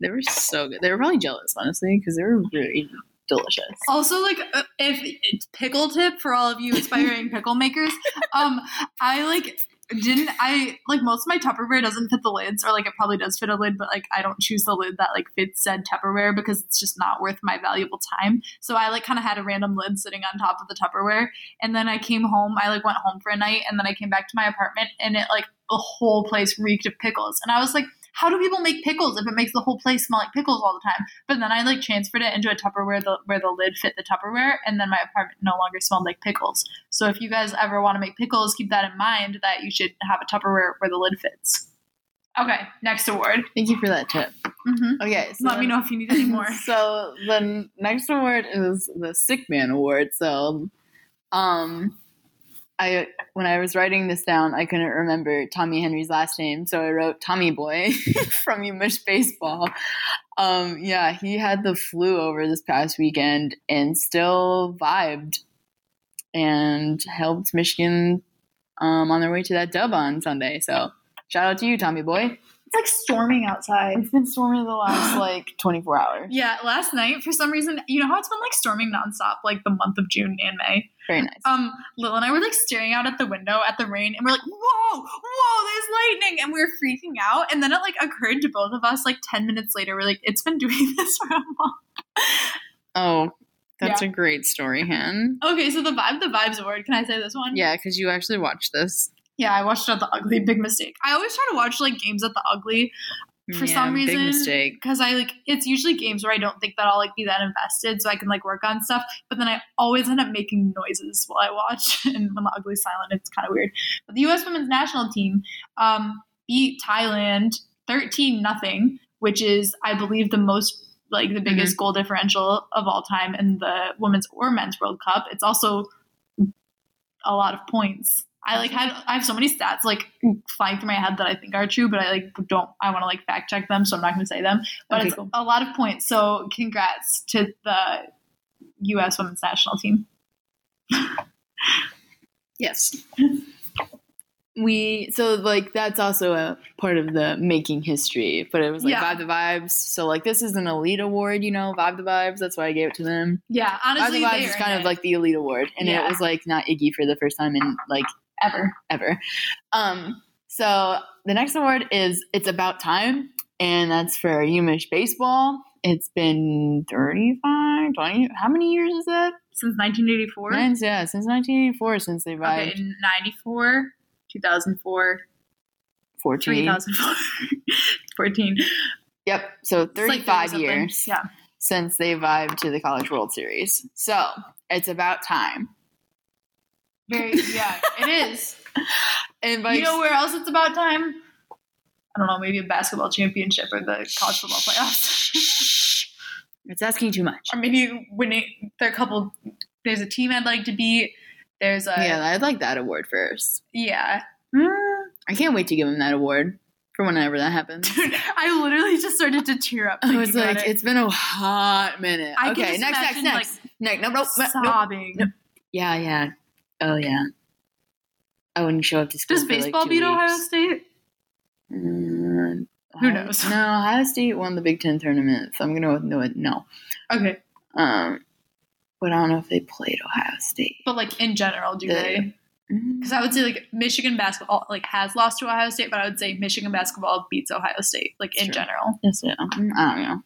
Speaker 3: They were so good. They were probably jealous, honestly, because they were really delicious.
Speaker 4: also, like uh, if pickle tip for all of you aspiring pickle makers, um, I like didn't I like most of my Tupperware doesn't fit the lids, or like it probably does fit a lid, but like I don't choose the lid that like fits said Tupperware because it's just not worth my valuable time. So I like kind of had a random lid sitting on top of the Tupperware, and then I came home. I like went home for a night, and then I came back to my apartment, and it like the whole place reeked of pickles, and I was like. How do people make pickles if it makes the whole place smell like pickles all the time? But then I like transferred it into a Tupperware the, where the lid fit the Tupperware, and then my apartment no longer smelled like pickles. So if you guys ever want to make pickles, keep that in mind that you should have a Tupperware where the lid fits. Okay, next award.
Speaker 3: Thank you for that tip.
Speaker 4: Mm-hmm.
Speaker 3: Okay, so
Speaker 4: Let me know if you need any more.
Speaker 3: so the next award is the Sick Man Award. So, um, I when I was writing this down, I couldn't remember Tommy Henry's last name, so I wrote Tommy Boy from You Miss Baseball. Um, yeah, he had the flu over this past weekend and still vibed and helped Michigan um, on their way to that dub on Sunday. So, shout out to you, Tommy Boy.
Speaker 4: It's like storming outside.
Speaker 3: It's been storming the last like 24 hours.
Speaker 4: Yeah, last night for some reason, you know how it's been like storming nonstop like the month of June and May.
Speaker 3: Very nice.
Speaker 4: um, Lil and I were like staring out at the window at the rain, and we're like, "Whoa, whoa, there's lightning!" And we were freaking out. And then it like occurred to both of us like ten minutes later. We're like, "It's been doing this for a while."
Speaker 3: Oh, that's a great story, Han.
Speaker 4: Okay, so the vibe, the vibes award. Can I say this one?
Speaker 3: Yeah, because you actually watched this.
Speaker 4: yeah. I watched it at the Ugly. Big mistake. I always try to watch like games at the Ugly For some reason-
Speaker 3: big mistake.
Speaker 4: because I like it's usually games where I don't think that I'll like be that invested, so I can like work on stuff. But then I always end up making noises while I watch, and when the ugly silent, it's kind of weird. But the U.S. women's national team um, beat Thailand thirteen nothing, which is I believe the most like the biggest goal differential of all time in the women's or men's World Cup. It's also a lot of points. I like had I have so many stats like flying through my head that I think are true, but I like don't I want to like fact check them, so I'm not going to say them. But
Speaker 3: Okay,
Speaker 4: it's
Speaker 3: cool.
Speaker 4: a lot of points. So congrats to the U.S. women's national team.
Speaker 3: Yes. we so like that's also a part of the making history. But it was like
Speaker 4: Yeah.
Speaker 3: Vibe the Vibes. So like this is an elite award, you know, Vibe the Vibes. That's why I gave it to them.
Speaker 4: Yeah,
Speaker 3: Vibe the
Speaker 4: honestly, they
Speaker 3: Vibes is
Speaker 4: earned
Speaker 3: kind of
Speaker 4: it.
Speaker 3: like the elite award, and
Speaker 4: Yeah.
Speaker 3: it was like not Iggy for the first time in like
Speaker 4: ever.
Speaker 3: ever. Um, so the next award is It's About Time, and that's for Umish Baseball. It's been 35, 20, how many years is that?
Speaker 4: Since 1984.
Speaker 3: Nine, yeah, since 1984, since they arrived.
Speaker 4: Okay, 94, 2004,
Speaker 3: 14.
Speaker 4: 3004, 14.
Speaker 3: Yep, so
Speaker 4: It's like
Speaker 3: 35
Speaker 4: 30 something.
Speaker 3: years
Speaker 4: Yeah.
Speaker 3: since they vibed to the College World Series. So it's about time.
Speaker 4: Very, yeah, it is.
Speaker 3: And by
Speaker 4: you know where else it's about time? I don't know, maybe a basketball championship or the college football playoffs.
Speaker 3: it's asking too much.
Speaker 4: or maybe winning, there are a couple, there's a team I'd like to beat. There's a,
Speaker 3: yeah,
Speaker 4: yeah.
Speaker 3: I'd like that award first. I can't wait to give him that award for whenever that happens.
Speaker 4: Dude, I literally just started to tear up.
Speaker 3: I was
Speaker 4: thinking about
Speaker 3: like,
Speaker 4: it.
Speaker 3: it's been a hot minute.
Speaker 4: I can
Speaker 3: okay,
Speaker 4: just
Speaker 3: next, next,
Speaker 4: imagine,
Speaker 3: next, next. No, no, no, no.
Speaker 4: sobbing.
Speaker 3: nope. Yeah, yeah. Oh, yeah. I wouldn't show up to school.
Speaker 4: Does
Speaker 3: for, like,
Speaker 4: baseball
Speaker 3: two
Speaker 4: beat Ohio
Speaker 3: weeks.
Speaker 4: State?
Speaker 3: Mm,
Speaker 4: Who
Speaker 3: Ohio-
Speaker 4: knows?
Speaker 3: No, Ohio State won the Big Ten tournament, so I'm gonna go with no.
Speaker 4: Okay,
Speaker 3: Um, but I don't know if they played Ohio State.
Speaker 4: but like in general, do
Speaker 3: The-
Speaker 4: they?
Speaker 3: Mm,
Speaker 4: Because I would say like Michigan basketball like has lost to Ohio State, but I would say Michigan basketball beats Ohio State like in
Speaker 3: Sure.
Speaker 4: general.
Speaker 3: That's it. Mm, I don't know.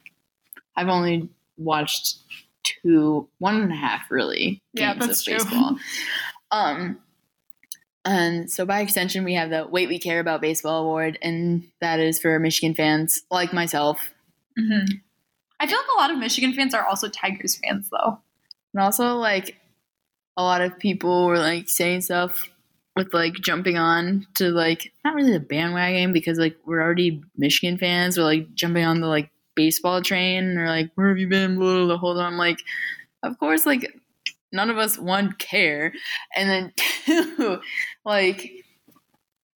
Speaker 3: I've only watched two, one and a half, really.
Speaker 4: Yeah,
Speaker 3: games
Speaker 4: that's
Speaker 3: of
Speaker 4: true.
Speaker 3: baseball. Um, and so by extension, we have the "Wait, We Care About Baseball" award, and that is for Michigan fans like myself,
Speaker 4: Mm-hmm. I feel like a lot of Michigan fans are also Tigers fans though.
Speaker 3: and also like a lot of people were like saying stuff with like jumping on to like not really the bandwagon because like we're already Michigan fans. We're like jumping on the like baseball train. And they're like, "Where have you been?" Blah, blah, blah. Hold on, I'm like, of course, like none of us one care, and then two, like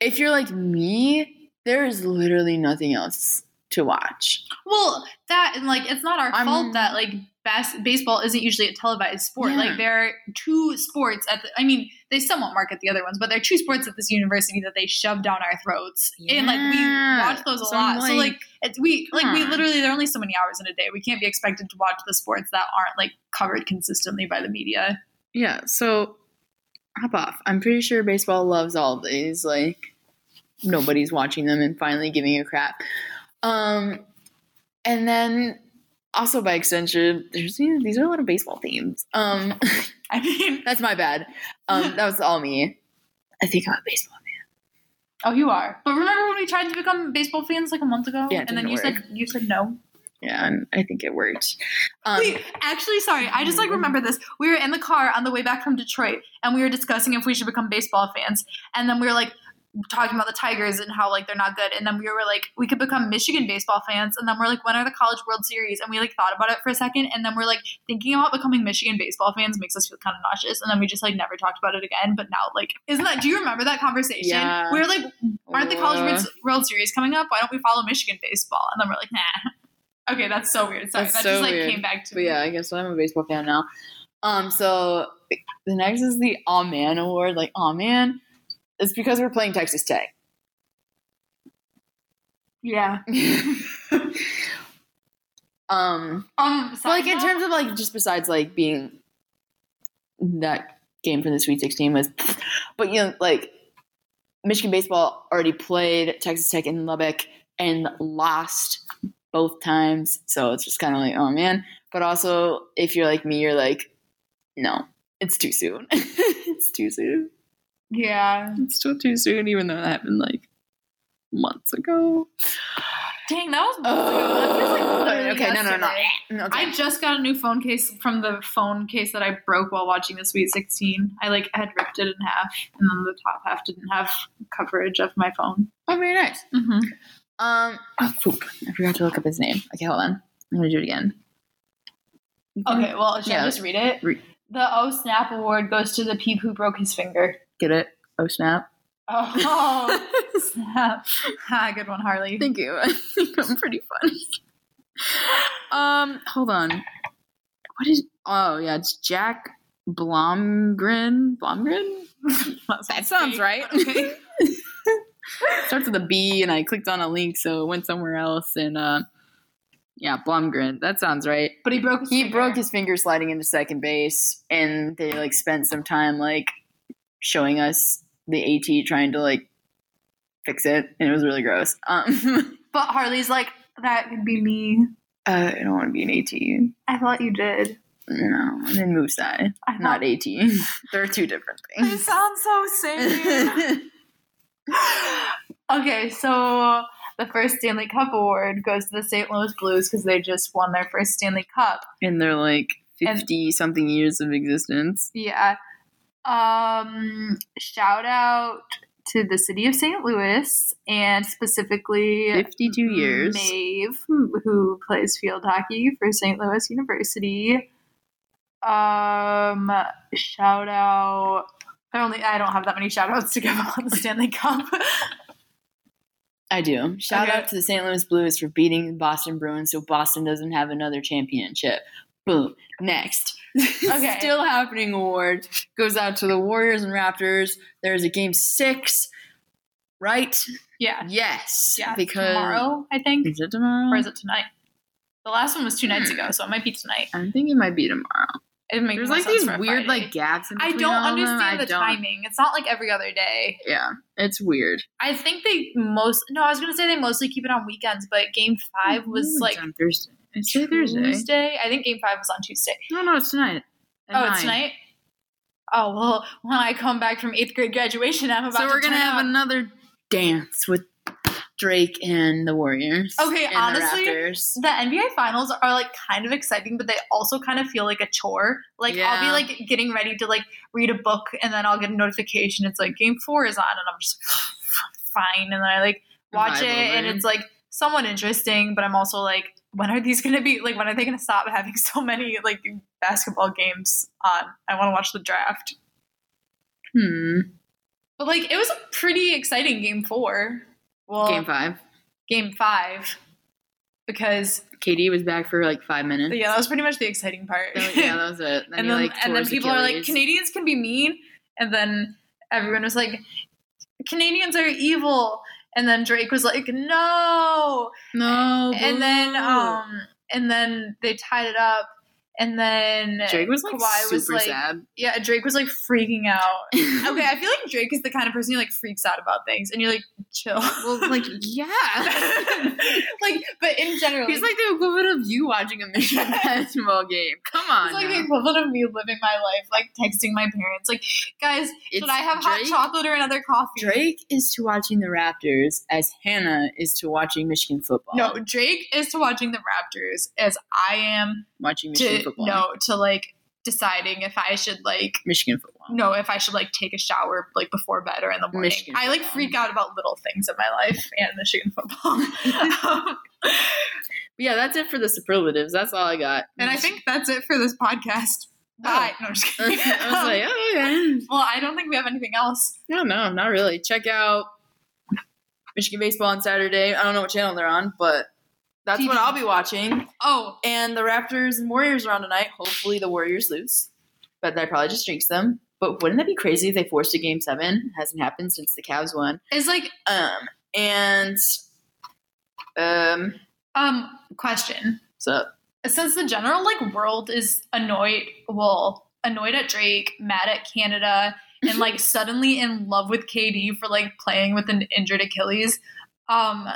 Speaker 3: if you're like me, there is literally nothing else to watch.
Speaker 4: Well, that and like it's not our
Speaker 3: I'm-
Speaker 4: fault that like bas- baseball isn't usually a televised sport.
Speaker 3: Yeah.
Speaker 4: Like there are two sports at the, I mean, they somewhat market the other ones, but there are two sports at this university that they shove down our throats. And like we
Speaker 3: Yeah.
Speaker 4: watch those a
Speaker 3: So I'm
Speaker 4: lot. so
Speaker 3: like,
Speaker 4: like it's we like we
Speaker 3: Huh.
Speaker 4: literally there are only so many hours in a day. We can't be expected to watch the sports that aren't like covered consistently by the media.
Speaker 3: Yeah, so hop off. I'm pretty sure baseball loves all of these. Like nobody's watching them and finally giving a crap. Um, and then also by extension, there's these, these are a lot of baseball themes. Um,
Speaker 4: I mean,
Speaker 3: that's my bad. Um, that was all me. I think I'm a baseball.
Speaker 4: oh, you are. But remember when we tried to become baseball fans like a month ago,
Speaker 3: Yeah, it
Speaker 4: and then
Speaker 3: didn't
Speaker 4: you
Speaker 3: work.
Speaker 4: said you said no.
Speaker 3: Yeah, and I think it worked. Um,
Speaker 4: Wait, actually, sorry. I just like remember this. We were in the car on the way back from Detroit, and we were discussing if we should become baseball fans. And then we were like talking about the Tigers and how like they're not good. And then we were like, we could become Michigan baseball fans. And then we're like, when are the College World Series? And we like thought about it for a second. And then we're like, thinking about becoming Michigan baseball fans makes us feel kind of nauseous. And then we just like never talked about it again. But now, like, isn't that? Do you remember that conversation?
Speaker 3: Yeah.
Speaker 4: We were like, aren't the College
Speaker 3: uh,
Speaker 4: World, World Series coming up? Why don't we follow Michigan baseball? And then we're like, nah. Okay, that's so weird. Sorry,
Speaker 3: That's
Speaker 4: that
Speaker 3: so
Speaker 4: just like
Speaker 3: weird.
Speaker 4: came back to
Speaker 3: But
Speaker 4: me.
Speaker 3: yeah, I guess I'm a baseball fan now. Um, so the next is the Aw Man Award. Like, Aw Man, it's because we're playing Texas Tech.
Speaker 4: Yeah.
Speaker 3: um,
Speaker 4: Um.
Speaker 3: but like in terms of like just besides like being that game for the Sweet 16 was, but you know like Michigan baseball already played Texas Tech in Lubbock and lost both times, so it's just kind of like oh man. But also if you're like me, you're like no, it's too soon. it's too soon.
Speaker 4: yeah.
Speaker 3: It's still too soon, even though that happened like months ago.
Speaker 4: Dang, that was. that feels like
Speaker 3: Ugh.
Speaker 4: literally
Speaker 3: Oh, okay, no, no, no.
Speaker 4: yesterday.
Speaker 3: Okay.
Speaker 4: I just got a new phone case from the phone case that I broke while watching the Sweet 16. I like had ripped it in half, and then the top half didn't have coverage of my phone.
Speaker 3: oh, very nice.
Speaker 4: Mm-hmm.
Speaker 3: Um, oh, poop. I forgot to look up his name. Okay, hold on. I'm gonna do it again.
Speaker 4: Okay, well, should
Speaker 3: Yeah.
Speaker 4: I just read it?
Speaker 3: Re-
Speaker 4: the Oh Snap Award goes to the peep who broke his finger.
Speaker 3: Get it? Oh snap!
Speaker 4: Oh, snap. Ah, good one, Harley.
Speaker 3: Thank you. I think I'm pretty funny. Um, hold on. What is? Oh yeah, it's Jack Blomgren. Blomgren.
Speaker 4: That
Speaker 3: sounds right.
Speaker 4: Okay.
Speaker 3: It starts with a B, and I clicked on a link, so it went somewhere else. And uh, yeah, Blomgren. That sounds right.
Speaker 4: But he broke his
Speaker 3: He
Speaker 4: finger.
Speaker 3: broke his finger sliding into second base, and they like spent some time like showing us the AT trying to like fix it, and it was really gross. Um,
Speaker 4: But Harley's like, that could be me.
Speaker 3: uh, I don't want to be an
Speaker 4: I thought you did.
Speaker 3: AT. No, I'm in Mooseye,
Speaker 4: I thought-
Speaker 3: not AT. They're two different
Speaker 4: You
Speaker 3: things.
Speaker 4: sound so sane. okay, so the first Stanley Cup award goes to the St. Louis Blues because they just won their first Stanley Cup.
Speaker 3: and they're like
Speaker 4: And-
Speaker 3: 50 something years of existence.
Speaker 4: Yeah. Um, shout out to the city of St. Louis and specifically
Speaker 3: 52 years.
Speaker 4: Maeve, who, who plays field hockey for St. Louis University. Um, shout out. I only I don't have that many shout outs to give on the Stanley Cup.
Speaker 3: I do. Shout
Speaker 4: Okay.
Speaker 3: out to the St. Louis Blues for beating the Boston Bruins so Boston doesn't have another championship. Boom. Next.
Speaker 4: Okay.
Speaker 3: Still happening award goes out to the Warriors and Raptors. There's a game six, right?
Speaker 4: yeah,
Speaker 3: Yes.
Speaker 4: yeah.
Speaker 3: Because
Speaker 4: tomorrow, I think,
Speaker 3: Is it tomorrow?
Speaker 4: or is it tonight? The last one was two nights ago, so it might be tonight.
Speaker 3: I think it might be tomorrow.
Speaker 4: It makes
Speaker 3: There's
Speaker 4: more
Speaker 3: like
Speaker 4: sense
Speaker 3: these
Speaker 4: for a
Speaker 3: weird
Speaker 4: Friday.
Speaker 3: like gaps. In
Speaker 4: I
Speaker 3: between
Speaker 4: don't
Speaker 3: all of them.
Speaker 4: understand
Speaker 3: I
Speaker 4: the
Speaker 3: don't-
Speaker 4: timing. It's not like every other day.
Speaker 3: Yeah, it's weird.
Speaker 4: I think they most no, I was gonna say they mostly keep it on weekends, but game five was
Speaker 3: It's
Speaker 4: like
Speaker 3: on Thursday. It's today Thursday.
Speaker 4: Tuesday. I think game five was on Tuesday.
Speaker 3: No, no, it's tonight. At
Speaker 4: oh, it's
Speaker 3: nine.
Speaker 4: tonight. Oh well, when I come back from eighth grade graduation, I'm about.
Speaker 3: So we're
Speaker 4: to
Speaker 3: gonna
Speaker 4: turn
Speaker 3: have
Speaker 4: up.
Speaker 3: another dance with Drake and the Warriors.
Speaker 4: Okay,
Speaker 3: and
Speaker 4: honestly,
Speaker 3: the Raptors.
Speaker 4: The NBA finals are like kind of exciting, but they also kind of feel like a chore. Like I'll be
Speaker 3: Yeah.
Speaker 4: like getting ready to like read a book, and then I'll get a notification. It's like game four is on, and I'm just fine. And then I like watch
Speaker 3: Vibe
Speaker 4: it, and
Speaker 3: over.
Speaker 4: it's like somewhat interesting, but I'm also like, when are these gonna be? Like, when are they gonna stop having so many like basketball games on? I want to watch the draft.
Speaker 3: hmm.
Speaker 4: But like, it was a pretty exciting game four. Well,
Speaker 3: Game five.
Speaker 4: game five because
Speaker 3: KD was back for like five minutes.
Speaker 4: yeah, that was pretty much the exciting part.
Speaker 3: So, Oh, yeah, that was it. Then
Speaker 4: and
Speaker 3: he,
Speaker 4: then
Speaker 3: like,
Speaker 4: and then
Speaker 3: tore his
Speaker 4: people are like
Speaker 3: Achilles.
Speaker 4: Canadians can be mean, and then everyone was like Canadians are evil, and then Drake was like no,
Speaker 3: no,
Speaker 4: and then um and then they tied it up, and then
Speaker 3: Drake was like
Speaker 4: Kawhi
Speaker 3: super
Speaker 4: was, like-
Speaker 3: sad.
Speaker 4: yeah Drake was like freaking out. Okay, I feel like Drake is the kind of person who like freaks out about things, and you're like chill.
Speaker 3: well, like yeah.
Speaker 4: like, but in general,
Speaker 3: He's like the equivalent of you watching a Michigan basketball game. Come on,
Speaker 4: It's like
Speaker 3: now.
Speaker 4: the equivalent of me living my life, like texting my parents, like, guys, should
Speaker 3: It's
Speaker 4: I have hot
Speaker 3: Drake-
Speaker 4: chocolate or another coffee?
Speaker 3: Drake is to watching the Raptors as Hannah is to watching Michigan football.
Speaker 4: No, Drake is to watching the Raptors as I am
Speaker 3: watching Michigan
Speaker 4: to
Speaker 3: football.
Speaker 4: no to like deciding if I should like
Speaker 3: Michigan football.
Speaker 4: no if I should like take a shower like before bed or in the morning.
Speaker 3: Michigan
Speaker 4: I like
Speaker 3: football.
Speaker 4: freak out about little things in my life and Michigan football. Um,
Speaker 3: But yeah, that's it for the superlatives. That's all I got.
Speaker 4: and I think that's it for this podcast. Bye. No, I'm just
Speaker 3: Oh. I
Speaker 4: kidding.
Speaker 3: was like, oh okay.
Speaker 4: well, I don't think we have anything else.
Speaker 3: No, no, not really. Check out Michigan baseball on Saturday. I don't know what channel they're on, but that's what I'll be watching.
Speaker 4: Oh,
Speaker 3: And the Raptors and Warriors are on tonight. Hopefully, the Warriors lose, but that probably just jinxed them. But wouldn't that be crazy if they forced a game seven? Hasn't happened since the Cavs won.
Speaker 4: is like
Speaker 3: Um, and um,
Speaker 4: um question.
Speaker 3: so
Speaker 4: since the general like world is annoyed well annoyed at drake mad at canada and like suddenly in love with kd for like playing with an injured achilles um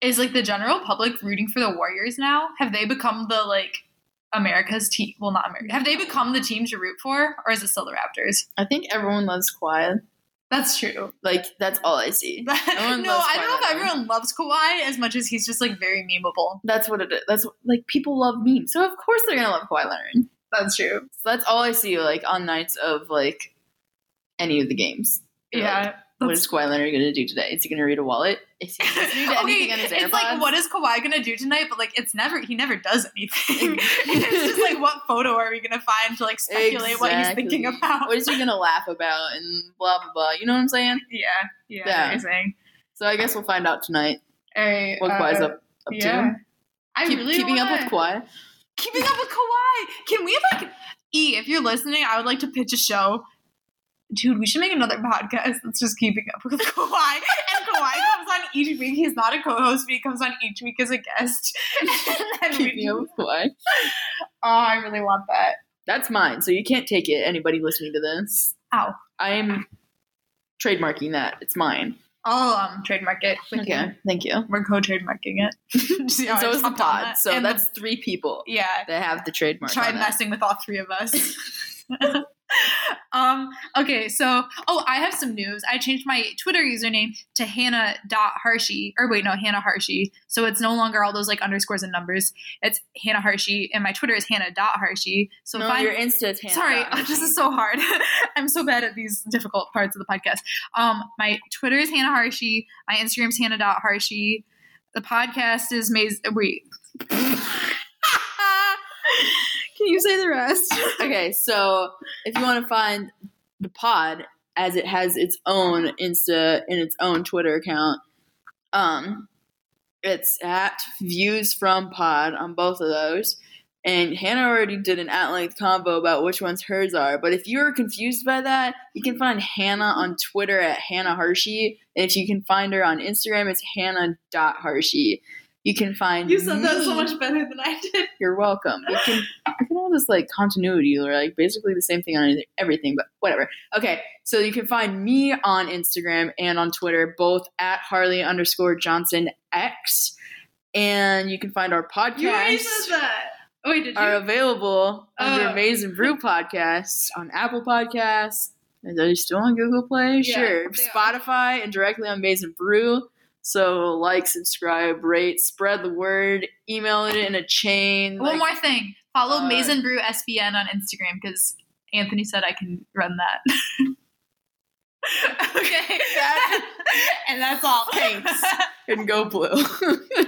Speaker 4: is like the general public rooting for the warriors now have they become the like america's team well not america have they become the team to root for or is it still the raptors
Speaker 3: I think everyone loves Kawhi.
Speaker 4: that's true.
Speaker 3: Like that's all I see.
Speaker 4: no,
Speaker 3: Everyone loves
Speaker 4: I don't know if
Speaker 3: Kawhi.
Speaker 4: everyone loves Kawhi as much as he's just like very memeable.
Speaker 3: That's what it is. That's what, like people love memes, so of course they're gonna love Kawhi Leonard.
Speaker 4: That's true.
Speaker 3: So that's all I see like on nights of like any of the games. You're
Speaker 4: Yeah.
Speaker 3: like, what is Kawhi Leonard gonna do today? Is he gonna read a wallet? Is he listening to anything on his AirPods?
Speaker 4: It's like, what is Kawhi gonna do tonight? But like, it's never he never does anything. it's just like, what photo are we gonna find to like speculate what he's thinking
Speaker 3: Exactly.
Speaker 4: about?
Speaker 3: What is he gonna laugh about and blah blah blah? You know what I'm saying?
Speaker 4: yeah, yeah,
Speaker 3: Yeah.
Speaker 4: amazing.
Speaker 3: So I guess we'll find out tonight
Speaker 4: All right,
Speaker 3: what Kawhi's up, up
Speaker 4: Uh, yeah.
Speaker 3: to.
Speaker 4: I
Speaker 3: Keep-
Speaker 4: really
Speaker 3: keeping up
Speaker 4: wanna-
Speaker 3: with Kawhi.
Speaker 4: Keeping up with Kawhi. Can we like E? If you're listening, I would like to pitch a show. dude, we should make another podcast that's just keeping up with Kawhi. And Kawhi comes on each week. He's not a co-host, but he comes on each week as a guest. and then we
Speaker 3: Keeping up
Speaker 4: do.
Speaker 3: with Kawhi.
Speaker 4: Oh, I really want that.
Speaker 3: That's mine. So you can't take it. Anybody listening to this,
Speaker 4: Ow.
Speaker 3: I'm trademarking that. It's mine.
Speaker 4: I'll um, trademark it. with you.
Speaker 3: Okay, thank you.
Speaker 4: We're co-trademarking it. See
Speaker 3: And
Speaker 4: how I
Speaker 3: so is
Speaker 4: just
Speaker 3: the
Speaker 4: hopped on
Speaker 3: pod.
Speaker 4: that?
Speaker 3: So
Speaker 4: And the-
Speaker 3: that's three people
Speaker 4: yeah.
Speaker 3: that have the trademark.
Speaker 4: Try
Speaker 3: on it.
Speaker 4: messing with all three of us. um, okay, so oh, I have some news. I changed my Twitter username to Hannah dot Harshey, or wait, no, Hannah Harshey. So it's no longer all those like underscores and numbers. It's Hannah Harshey, and my Twitter is Hannah dot Harshey. So
Speaker 3: No,
Speaker 4: if I
Speaker 3: your Insta's Hannah.
Speaker 4: Sorry, this is so hard. I'm so bad at these difficult parts of the podcast. Um, my Twitter is Hannah Harshey. My Instagram's Hannah dot Harshey. The podcast is Maze. Wait. Can you say the rest?
Speaker 3: okay, so if you want to find the pod as it has its own Insta and its own Twitter account, um, it's at views from pod on both of those. And Hannah already did an at length combo about which ones hers are. But if you're confused by that, you can find Hannah on Twitter at Hannah Hershey. And if you can find her on Instagram, it's Hannah.Hershey. You can find
Speaker 4: You said that
Speaker 3: me-
Speaker 4: so much better than I did.
Speaker 3: you're welcome. You can, I can all this like continuity or like basically the same thing on anything, everything, but whatever. Okay, so you can find me on Instagram and on Twitter, both at Harley underscore Johnson X, and you can find our
Speaker 4: You already
Speaker 3: podcasts
Speaker 4: said that. Oh, wait, did you?
Speaker 3: are available under
Speaker 4: Oh.
Speaker 3: Maze and Brew podcasts on Apple Podcasts. Are they still on Google Play?
Speaker 4: Yeah,
Speaker 3: sure,
Speaker 4: they are.
Speaker 3: Spotify, and directly on Maze and Brew. So like, subscribe, rate, spread the word, email it in a chain. like-
Speaker 4: One more thing. Follow
Speaker 3: uh,
Speaker 4: Mason Brew SBN on Instagram because Anthony said I can run that. okay. and that's all.
Speaker 3: Thanks. and go blue.